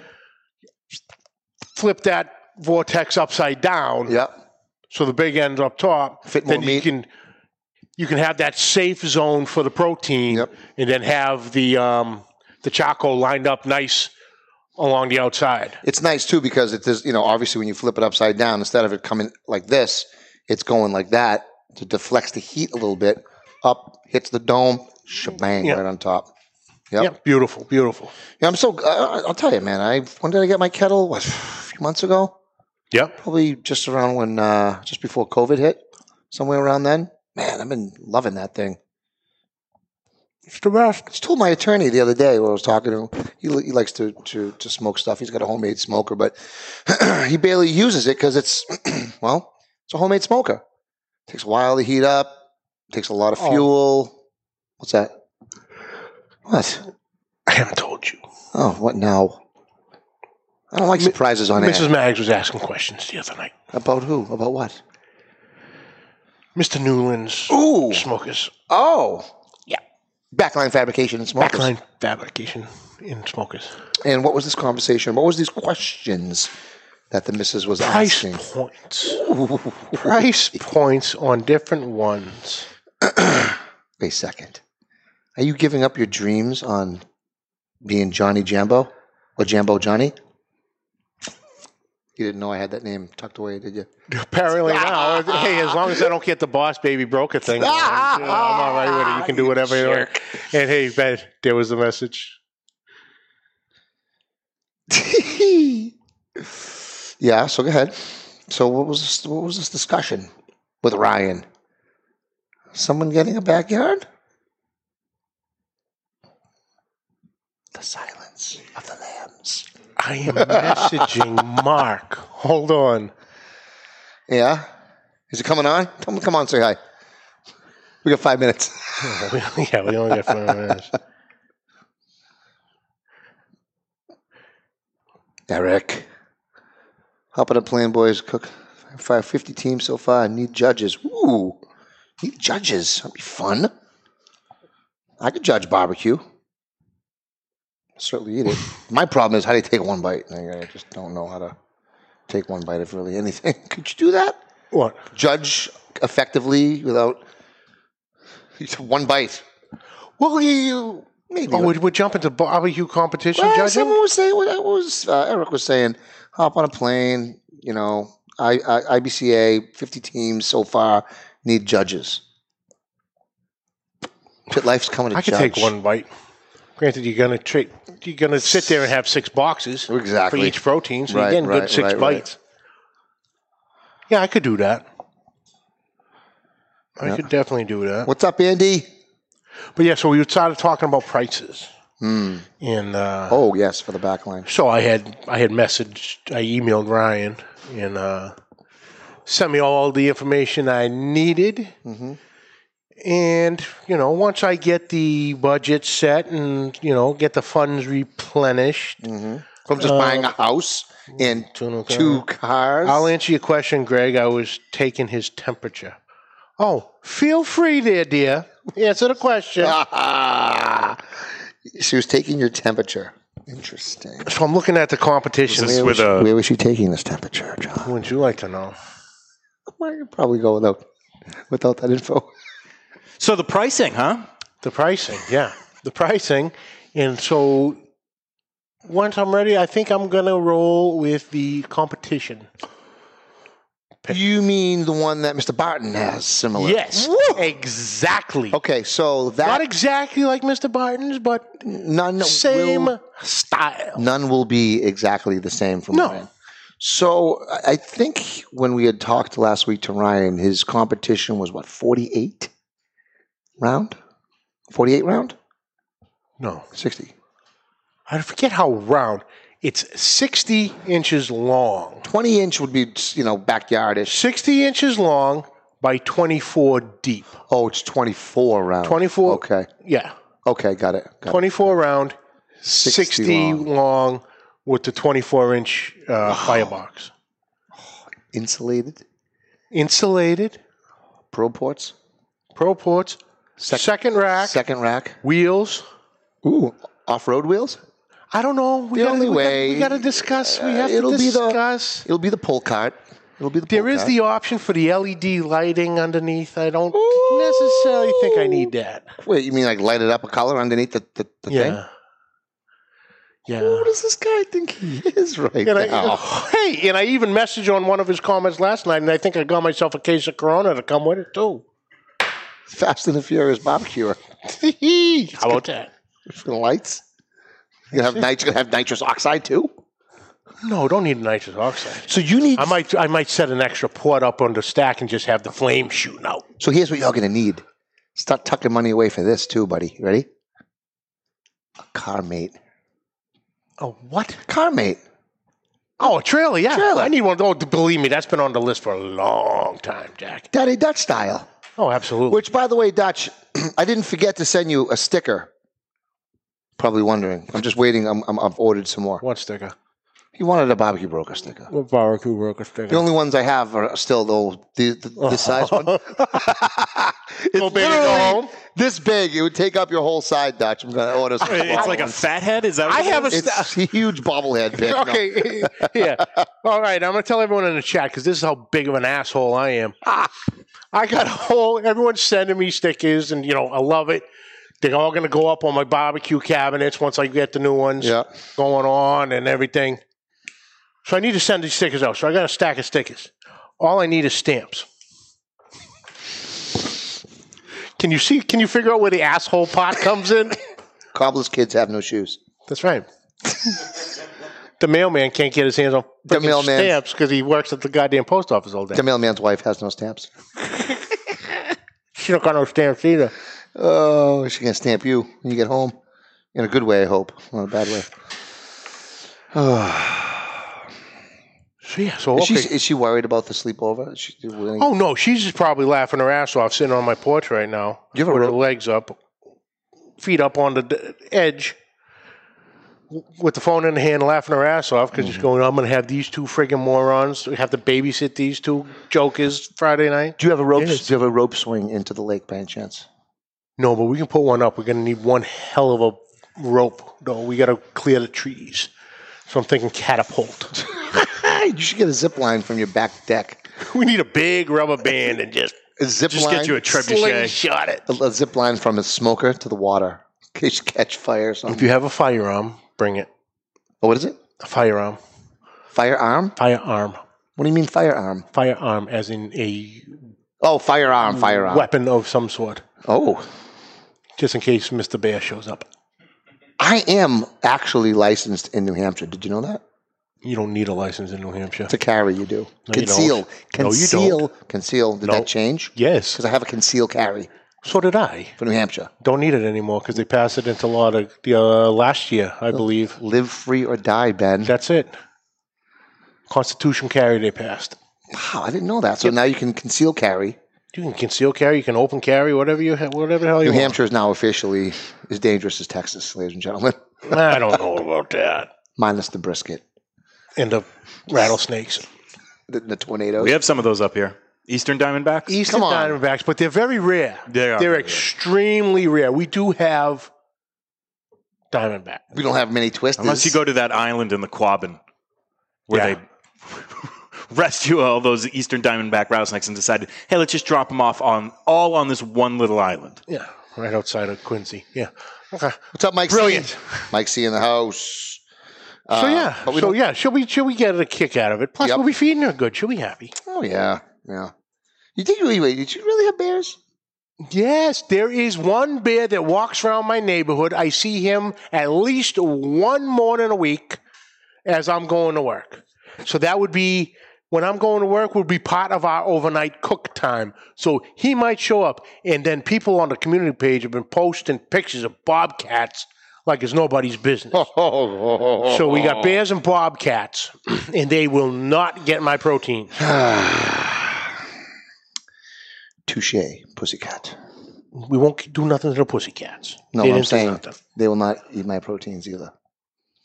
[SPEAKER 3] flip that vortex upside down
[SPEAKER 4] Yeah.
[SPEAKER 3] so the big end's up top.
[SPEAKER 4] Fit
[SPEAKER 3] then
[SPEAKER 4] more
[SPEAKER 3] you
[SPEAKER 4] meat.
[SPEAKER 3] can you can have that safe zone for the protein
[SPEAKER 4] Yep.
[SPEAKER 3] and then have the um, the choco lined up nice along the outside.
[SPEAKER 4] It's nice too because it is, you know, obviously when you flip it upside down, instead of it coming like this, it's going like that to deflects the heat a little bit. Up hits the dome, shebang,
[SPEAKER 3] Yeah.
[SPEAKER 4] right on top. Yep.
[SPEAKER 3] Yeah, beautiful, beautiful.
[SPEAKER 4] Yeah, I'm so. I, I'll tell you, man. I when did I get my kettle? What, a few months ago,
[SPEAKER 3] Yep.
[SPEAKER 4] probably just around when, uh, just before COVID hit, somewhere around then. Man, I've been loving that thing.
[SPEAKER 3] It's the best.
[SPEAKER 4] I just told my attorney the other day when I was talking to him. He, li- he likes to, to to smoke stuff. He's got a homemade smoker, but he barely uses it because it's well, it's a homemade smoker. takes a while to heat up. Takes a lot of
[SPEAKER 3] Oh.
[SPEAKER 4] fuel. What's that? What?
[SPEAKER 3] I haven't told you.
[SPEAKER 4] Oh, what now? I don't like surprises on air.
[SPEAKER 3] Mrs. Maggs was asking questions the other night.
[SPEAKER 4] About who? About what?
[SPEAKER 3] Mr. Newland's
[SPEAKER 4] Ooh.
[SPEAKER 3] Smokers.
[SPEAKER 4] Oh. Yeah. Backline fabrication and smokers.
[SPEAKER 3] Backline fabrication in smokers.
[SPEAKER 4] And what was this conversation? What was these questions that the missus was
[SPEAKER 3] Price
[SPEAKER 4] asking?
[SPEAKER 3] points. Price points on different ones.
[SPEAKER 4] Wait a second. Are you giving up your dreams on being Johnny Jambo or Jambo Johnny? You didn't know I had that name tucked away, did you?
[SPEAKER 3] Apparently now, hey, as long as I don't get the boss baby broker thing, going, yeah, I'm all right with it. You can do whatever you want. And hey, Ben, there was the message.
[SPEAKER 4] yeah. So go ahead. So what was this, what was this discussion with Ryan? Someone getting a backyard? The silence of the lambs.
[SPEAKER 3] I am messaging Mark. Hold on.
[SPEAKER 4] Yeah. Is it coming on? Come, come on, say hi. We got five minutes.
[SPEAKER 3] yeah, we only got five minutes.
[SPEAKER 4] Eric. Hopping up playing boys cook. 550 team so far. Need judges. Ooh. Need judges. That'd be fun. I could judge barbecue. Certainly eat it. My problem is how do you take one bite? I I just don't know how to take one bite of really anything. could you do that?
[SPEAKER 3] What?
[SPEAKER 4] Judge effectively without one bite.
[SPEAKER 3] Well, you.
[SPEAKER 4] Maybe.
[SPEAKER 3] Oh, we're, we're jumping to barbecue competition
[SPEAKER 4] Well,
[SPEAKER 3] judging?
[SPEAKER 4] someone was saying what what was uh, Eric was saying. Hop on a plane, you know. I, I IBCA fifty teams so far need judges. Pit life's coming to
[SPEAKER 3] I could
[SPEAKER 4] judge.
[SPEAKER 3] take one bite. Granted, you're gonna treat, you're gonna sit there and have six boxes
[SPEAKER 4] Exactly.
[SPEAKER 3] for each protein, so
[SPEAKER 4] Right,
[SPEAKER 3] you're getting
[SPEAKER 4] right,
[SPEAKER 3] good six
[SPEAKER 4] right, right.
[SPEAKER 3] bites. Yeah, I could do that. I could definitely do that.
[SPEAKER 4] What's up, Andy?
[SPEAKER 3] But yeah, so we started talking about prices,
[SPEAKER 4] Hmm.
[SPEAKER 3] and uh,
[SPEAKER 4] Oh yes, for the back line.
[SPEAKER 3] so I had I had messaged, I emailed Ryan, and uh, sent me all the information I needed. And you know, once I get the budget set and you know get the funds replenished,
[SPEAKER 4] From just buying a house and
[SPEAKER 3] Uh, Two
[SPEAKER 4] two cars.
[SPEAKER 3] I'll answer your question, Greg. I was taking his temperature. Oh, feel free there, dear. Answer the question.
[SPEAKER 4] Ah. she was taking your temperature. Interesting.
[SPEAKER 3] So I'm looking at the competition.
[SPEAKER 5] This
[SPEAKER 4] Where was,
[SPEAKER 5] with
[SPEAKER 4] she,
[SPEAKER 5] a-
[SPEAKER 4] where was she taking this temperature, John?
[SPEAKER 3] Would you like to know?
[SPEAKER 4] I could probably go without without that info.
[SPEAKER 5] So the pricing, huh?
[SPEAKER 3] The pricing, yeah. The pricing. And so once I'm ready, I think I'm going to roll with the competition.
[SPEAKER 4] You mean the one that Mr. Barton has similar?
[SPEAKER 3] Yes. Exactly.
[SPEAKER 4] Okay, so that
[SPEAKER 3] Not exactly like Mr. Barton's, but
[SPEAKER 4] none
[SPEAKER 3] same
[SPEAKER 4] will,
[SPEAKER 3] style.
[SPEAKER 4] none will be exactly the same from
[SPEAKER 3] No.
[SPEAKER 4] Ryan. So I- I think when we had talked last week to Ryan, his competition was what forty eight round, forty eight round,
[SPEAKER 3] No.
[SPEAKER 4] sixty.
[SPEAKER 3] I forget how round. It's 60 inches long.
[SPEAKER 4] Twenty inch would be you know backyardish.
[SPEAKER 3] 60 inches long by 24 deep.
[SPEAKER 4] Oh, it's twenty four round.
[SPEAKER 3] 24.
[SPEAKER 4] Okay.
[SPEAKER 3] Yeah.
[SPEAKER 4] Okay. Got it. Got it.
[SPEAKER 3] 24 round, 60,
[SPEAKER 4] 60
[SPEAKER 3] long. with the 24 inch uh, firebox.
[SPEAKER 4] Insulated
[SPEAKER 3] Insulated,
[SPEAKER 4] pro ports,
[SPEAKER 3] pro ports, second rack,
[SPEAKER 4] second rack.
[SPEAKER 3] wheels.
[SPEAKER 4] Ooh, off road wheels.
[SPEAKER 3] I don't know. We
[SPEAKER 4] The
[SPEAKER 3] gotta,
[SPEAKER 4] only
[SPEAKER 3] we gotta-
[SPEAKER 4] way-
[SPEAKER 3] we got to discuss. We
[SPEAKER 4] Uh,
[SPEAKER 3] have
[SPEAKER 4] it'll
[SPEAKER 3] to
[SPEAKER 4] be the-
[SPEAKER 3] discuss.
[SPEAKER 4] It'll be the pull cart. It'll be the.
[SPEAKER 3] There
[SPEAKER 4] pull
[SPEAKER 3] is
[SPEAKER 4] cart.
[SPEAKER 3] the option for the LED lighting underneath. I don't necessarily think I need that.
[SPEAKER 4] Wait, you mean like light it up a color underneath the, the, the thing?
[SPEAKER 3] Yeah. Yeah.
[SPEAKER 4] Who does this guy think he is right
[SPEAKER 3] And I,
[SPEAKER 4] now?
[SPEAKER 3] hey, and I even messaged on one of his comments last night, and I think I got myself a case of Corona to come with it too.
[SPEAKER 4] Fast and the Furious barbecue.
[SPEAKER 3] How about that?
[SPEAKER 4] For the lights. You gonna have nit- you gonna have nitrous oxide too?
[SPEAKER 3] No, don't need nitrous oxide.
[SPEAKER 4] So you need.
[SPEAKER 3] I might, I might set an extra port up on the stack and just have the flame shooting out.
[SPEAKER 4] so here's what y'all gonna need. Start tucking money away for this too, buddy. You ready? A car mate.
[SPEAKER 3] Oh, what?
[SPEAKER 4] Car mate.
[SPEAKER 3] Oh, a trailer, yeah.
[SPEAKER 4] Trailer.
[SPEAKER 3] I need one. Oh, believe me, that's been on the list for a long time, Jack.
[SPEAKER 4] Daddy Dutch style.
[SPEAKER 3] Oh, absolutely.
[SPEAKER 4] Which, by the way, Dutch, I didn't forget to send you a sticker. Probably wondering. I'm just waiting. I'm, I'm, I've ordered some more.
[SPEAKER 3] One sticker.
[SPEAKER 4] He wanted a barbecue broker sticker.
[SPEAKER 3] Well, barbecue broker
[SPEAKER 4] The
[SPEAKER 3] sticker.
[SPEAKER 4] only ones I have are still the old, the, the, this size one. it's
[SPEAKER 3] Go big or go
[SPEAKER 4] literally
[SPEAKER 3] home.
[SPEAKER 4] This big, it would take up your whole side, Dutch. I'm gonna order some.
[SPEAKER 5] It's like a fathead. Is that? What
[SPEAKER 3] I
[SPEAKER 5] it
[SPEAKER 3] have a st-
[SPEAKER 5] is?
[SPEAKER 4] It's a huge bobblehead pick.
[SPEAKER 3] Okay, yeah. All right, I'm gonna tell everyone in the chat because this is how big of an asshole I am. Ah, I got a whole. Everyone's sending me stickers, and you know I love it. They're all gonna go up on my barbecue cabinets once I get the new ones
[SPEAKER 4] Yeah.
[SPEAKER 3] going on and everything. So I need to send these stickers out. So I got a stack of stickers. All I need is stamps. Can you see? Can you figure out where the asshole pot comes in?
[SPEAKER 4] Cobbler's kids have no shoes.
[SPEAKER 3] That's right. the mailman can't get his hands on
[SPEAKER 4] The
[SPEAKER 3] the
[SPEAKER 4] mailman.
[SPEAKER 3] stamps because he works at the goddamn post office all day.
[SPEAKER 4] The mailman's wife has no stamps.
[SPEAKER 3] she don't got no stamps either.
[SPEAKER 4] Oh, she can stamp you when you get home. In a good way, I hope. Not a bad way.
[SPEAKER 3] So yeah, so
[SPEAKER 4] Is,
[SPEAKER 3] okay.
[SPEAKER 4] she, is she worried about the sleepover? Is she willing?
[SPEAKER 3] oh no, she's just probably laughing her ass off sitting on my porch right now
[SPEAKER 4] You have a
[SPEAKER 3] with her
[SPEAKER 4] ro-
[SPEAKER 3] legs up, feet up on the d- edge, w- with the phone in her hand, laughing her ass off because she's going, "I'm going to have these two friggin' morons have to babysit these two jokers Friday night."
[SPEAKER 4] do you have a rope?
[SPEAKER 3] Yes.
[SPEAKER 4] Do you have a rope swing into the lake by any chance?
[SPEAKER 3] No, but we can put one up. We're going to need one hell of a rope, though. We got to clear the trees. So I'm thinking catapult.
[SPEAKER 4] Hey, you should get a zip line from your back deck.
[SPEAKER 3] we need a big rubber band and just
[SPEAKER 4] A zip
[SPEAKER 5] Just
[SPEAKER 4] line.
[SPEAKER 5] get you a trebuchet.
[SPEAKER 3] slingshot it.
[SPEAKER 4] a, a zip line from a smoker to the water in case you catch fire or
[SPEAKER 3] If
[SPEAKER 4] something.
[SPEAKER 3] you have a firearm, bring it.
[SPEAKER 4] Oh, what is it?
[SPEAKER 3] A firearm.
[SPEAKER 4] Firearm?
[SPEAKER 3] Firearm.
[SPEAKER 4] What do you mean firearm?
[SPEAKER 3] Firearm as in a
[SPEAKER 4] Oh, firearm, firearm.
[SPEAKER 3] weapon of some sort,
[SPEAKER 4] Oh,
[SPEAKER 3] just in case Mr. Bear shows up.
[SPEAKER 4] I am actually licensed in New Hampshire. Did you know that?
[SPEAKER 3] You don't need a license in New Hampshire.
[SPEAKER 4] To carry, you do.
[SPEAKER 3] No, you don't.
[SPEAKER 4] conceal,
[SPEAKER 3] No, you
[SPEAKER 4] conceal, conceal. Did
[SPEAKER 3] No.
[SPEAKER 4] that change?
[SPEAKER 3] Yes.
[SPEAKER 4] Because I have a conceal carry
[SPEAKER 3] So did I.
[SPEAKER 4] for New Hampshire.
[SPEAKER 3] Don't need it anymore because they passed it into law the, the, uh, last year, I believe.
[SPEAKER 4] Live free or die, Ben.
[SPEAKER 3] That's it. Constitution carry they passed.
[SPEAKER 4] wow, I didn't know that. So now you can conceal carry.
[SPEAKER 3] You can conceal carry, you can open carry, whatever you ha- whatever the hell you
[SPEAKER 4] New
[SPEAKER 3] want.
[SPEAKER 4] Hampshire is now officially as dangerous as Texas, ladies and gentlemen,
[SPEAKER 3] I don't know about that.
[SPEAKER 4] minus the brisket,
[SPEAKER 3] And the rattlesnakes.
[SPEAKER 4] the, the tornadoes.
[SPEAKER 5] We have some of those up here. Eastern Diamondbacks.
[SPEAKER 3] Eastern
[SPEAKER 4] Come on.
[SPEAKER 3] Diamondbacks, but they're very rare.
[SPEAKER 5] They are
[SPEAKER 3] They're
[SPEAKER 5] very rare.
[SPEAKER 3] extremely rare. We do have Diamondback.
[SPEAKER 4] We don't have many twisters.
[SPEAKER 5] Unless you go to that island in the Quabbin, where
[SPEAKER 3] Yeah.
[SPEAKER 5] they rescue all those Eastern Diamondback rattlesnakes and decided, hey, let's just drop them off on all on this one little island.
[SPEAKER 3] Yeah, right outside of Quincy. Yeah. Okay.
[SPEAKER 4] What's up, Mike?
[SPEAKER 3] Brilliant.
[SPEAKER 4] C? Mike C in the house.
[SPEAKER 3] So
[SPEAKER 4] Uh,
[SPEAKER 3] yeah,
[SPEAKER 4] but we
[SPEAKER 3] so
[SPEAKER 4] don't-
[SPEAKER 3] yeah, she'll be she'll be getting a kick out of it. Plus,
[SPEAKER 4] Yep.
[SPEAKER 3] we'll be feeding her good. She'll be happy.
[SPEAKER 4] Oh yeah, yeah. You think wait, wait, did you really have bears?
[SPEAKER 3] Yes, there is one bear that walks around my neighborhood. I see him at least one morning a week as I'm going to work. So that would be when I'm going to work would be part of our overnight cook time. So he might show up and then people on the community page have been posting pictures of bobcats like it's nobody's business. So we got bears and bobcats and they will not get my protein.
[SPEAKER 4] Touche, pussycat.
[SPEAKER 3] We won't do nothing to the pussycats.
[SPEAKER 4] No,
[SPEAKER 3] They
[SPEAKER 4] I'm
[SPEAKER 3] didn't do
[SPEAKER 4] saying
[SPEAKER 3] nothing.
[SPEAKER 4] they will not eat my proteins either.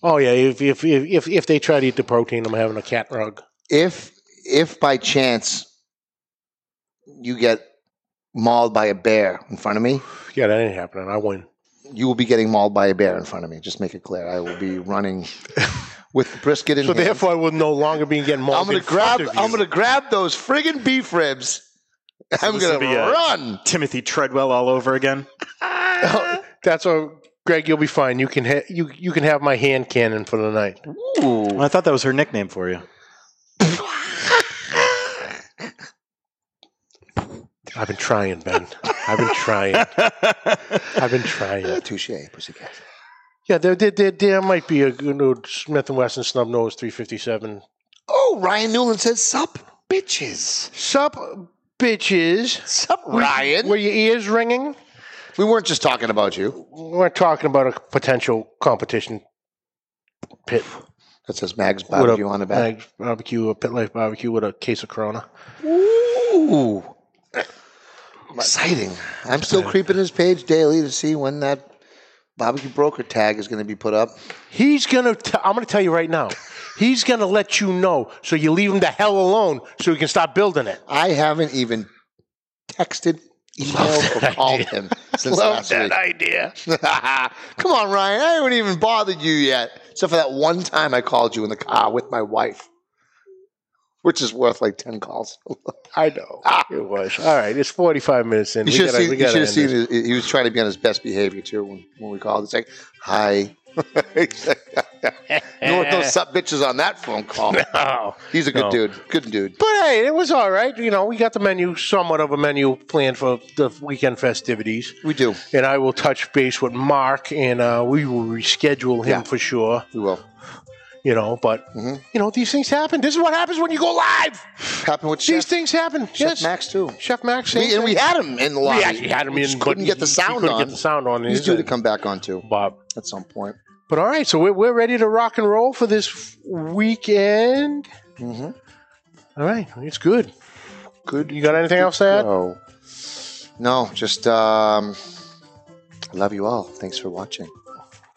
[SPEAKER 3] Oh yeah, if if if if, if they try to eat the protein, I'm having a cat rug.
[SPEAKER 4] If if by chance you get mauled by a bear in front of me,
[SPEAKER 3] Yeah, that ain't happening. I win.
[SPEAKER 4] you will be getting mauled by a bear in front of me. Just make it clear. I will be running with the brisket in
[SPEAKER 3] So
[SPEAKER 4] hand.
[SPEAKER 3] therefore, I will no longer be getting mauled.
[SPEAKER 4] I'm gonna
[SPEAKER 3] in front
[SPEAKER 4] grab.
[SPEAKER 3] of you.
[SPEAKER 4] I'm gonna grab those friggin' beef ribs. I'm
[SPEAKER 5] this
[SPEAKER 4] gonna
[SPEAKER 5] will be a-
[SPEAKER 4] run.
[SPEAKER 5] Timothy Treadwell all over again.
[SPEAKER 3] That's a Greg. You'll be fine. You can ha- you you can have my hand cannon for the night.
[SPEAKER 5] Well, I thought that was her nickname for you.
[SPEAKER 3] I've been trying, Ben. I've been trying. I've been trying.
[SPEAKER 4] Touche, pussycat.
[SPEAKER 3] Yeah, there there there, there might be a good old Smith and Wesson snub nose 357.
[SPEAKER 4] Oh, Ryan Newland says, "Sup, bitches."
[SPEAKER 3] Sup, bitches.
[SPEAKER 4] Sup, Ryan.
[SPEAKER 3] Were your ears ringing?
[SPEAKER 4] We weren't just talking about you.
[SPEAKER 3] We're talking about a potential competition pit
[SPEAKER 4] That says Mags
[SPEAKER 3] with
[SPEAKER 4] barbecue on the back.
[SPEAKER 3] Mag's Uh, barbecue, a pit life barbecue with a case of Corona.
[SPEAKER 4] Ooh, exciting! I'm still creeping his page daily to see when that barbecue broker tag is going to be put up.
[SPEAKER 3] He's gonna. T- I'm gonna tell you right now. He's going to let you know. So you leave him the hell alone so he can stop building it.
[SPEAKER 4] I haven't even texted, emailed, or called him since
[SPEAKER 3] Love
[SPEAKER 4] last
[SPEAKER 3] that
[SPEAKER 4] week.
[SPEAKER 3] idea.
[SPEAKER 4] Come on, Ryan. I haven't even bothered you yet. Except for that one time I called you in the car with my wife, which is worth like 10 calls.
[SPEAKER 3] I know. It was. All right. It's 45 minutes in.
[SPEAKER 4] you
[SPEAKER 3] We
[SPEAKER 4] should have
[SPEAKER 3] gotta-
[SPEAKER 4] seen,
[SPEAKER 3] we
[SPEAKER 4] you
[SPEAKER 3] gotta
[SPEAKER 4] should have
[SPEAKER 3] end
[SPEAKER 4] seen
[SPEAKER 3] this.
[SPEAKER 4] his, he was trying to be on his best behavior too when, when we called. It's like, hi. He's like, you want those sub bitches on that phone call.
[SPEAKER 3] Oh.
[SPEAKER 4] He's a good
[SPEAKER 3] No.
[SPEAKER 4] dude. Good dude.
[SPEAKER 3] But hey, it was all right. You know, we got the menu, somewhat of a menu planned for the weekend festivities.
[SPEAKER 4] We do.
[SPEAKER 3] And I will touch base with Mark, and uh, we will reschedule him
[SPEAKER 4] Yeah.
[SPEAKER 3] for sure.
[SPEAKER 4] We will. Mm-hmm.
[SPEAKER 3] You know, but you know, these things happen. This is what happens when you go live.
[SPEAKER 4] Happened with
[SPEAKER 3] These
[SPEAKER 4] Chef,
[SPEAKER 3] things happen.
[SPEAKER 4] Chef
[SPEAKER 3] yes,
[SPEAKER 4] Max too.
[SPEAKER 3] Chef Max.
[SPEAKER 4] We, and we had him in the lobby.
[SPEAKER 3] We actually had him
[SPEAKER 4] We
[SPEAKER 3] in,
[SPEAKER 4] just
[SPEAKER 3] but
[SPEAKER 4] couldn't get the
[SPEAKER 3] he- he
[SPEAKER 4] sound
[SPEAKER 3] couldn't
[SPEAKER 4] on.
[SPEAKER 3] get the sound on.
[SPEAKER 4] He's
[SPEAKER 3] He's
[SPEAKER 4] due to
[SPEAKER 3] in.
[SPEAKER 4] come back on too
[SPEAKER 3] Bob.
[SPEAKER 4] at some point.
[SPEAKER 3] But all right, so we're, we're ready to rock and roll for this weekend.
[SPEAKER 4] Mhm.
[SPEAKER 3] All right, it's good.
[SPEAKER 4] Good.
[SPEAKER 3] You got anything else to add?
[SPEAKER 4] No. No, just um, love you all. Thanks for watching.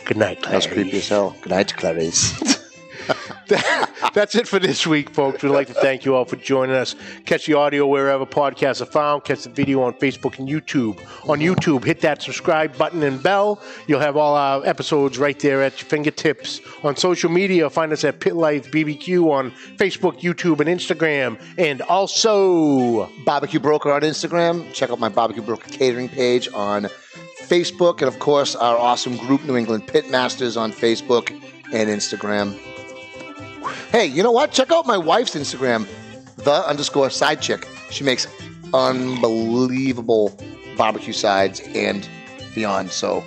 [SPEAKER 3] Good night,
[SPEAKER 4] That was creepy as hell. Good night, Clarice.
[SPEAKER 3] That's it for this week, folks. We'd like to thank you all for joining us. Catch the audio wherever podcasts are found. Catch the video on Facebook and YouTube. On YouTube, hit that subscribe button and bell. You'll have all our episodes right there at your fingertips. On social media, find us at Pit Life BBQ on Facebook, YouTube, and Instagram. And also,
[SPEAKER 4] Barbecue Broker on Instagram. Check out my Barbecue Broker catering page on Facebook, and of course our awesome group, New England Pitmasters, on Facebook and Instagram. Hey, you know what? Check out my wife's Instagram, the underscore side chick. She makes unbelievable barbecue sides and beyond. So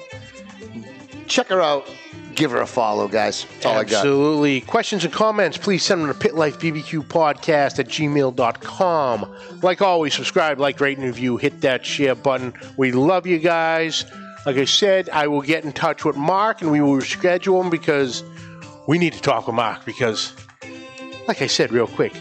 [SPEAKER 4] check her out. Give her a follow, guys. That's all I got.
[SPEAKER 3] Absolutely. Questions and comments, please send them to pitlifebbqpodcast at gmail.com. Like always, subscribe, like, rate, and review. Hit that share button. We love you guys. Like I said, I will get in touch with Mark and we will reschedule him because we need to talk with Mark because, like I said real quick,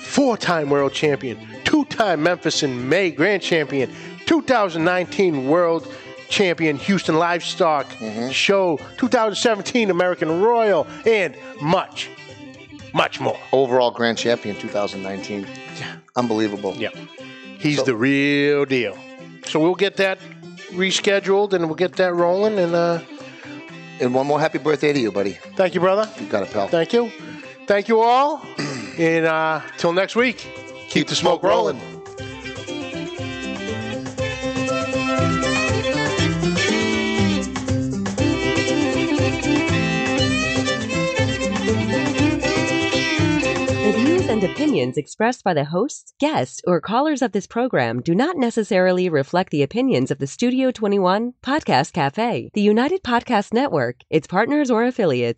[SPEAKER 3] four time world champion, two time Memphis and May grand champion, 2019 world champion Houston Livestock Show, 2017 American Royal, and much, much more.
[SPEAKER 4] Overall Grand Champion 2019. Unbelievable.
[SPEAKER 3] Yeah. He's the real deal. So we'll get that rescheduled and we'll get that rolling. And uh,
[SPEAKER 4] And one more happy birthday to you, buddy.
[SPEAKER 3] thank you, brother.
[SPEAKER 4] You got a pal.
[SPEAKER 3] Thank you. Thank you all. and uh, till next week, keep the smoke rolling.
[SPEAKER 1] The views and opinions expressed by the hosts, guests, or callers of this program do not necessarily reflect the opinions of the Studio 21 Podcast Cafe, the United Podcast Network, its partners, or affiliates.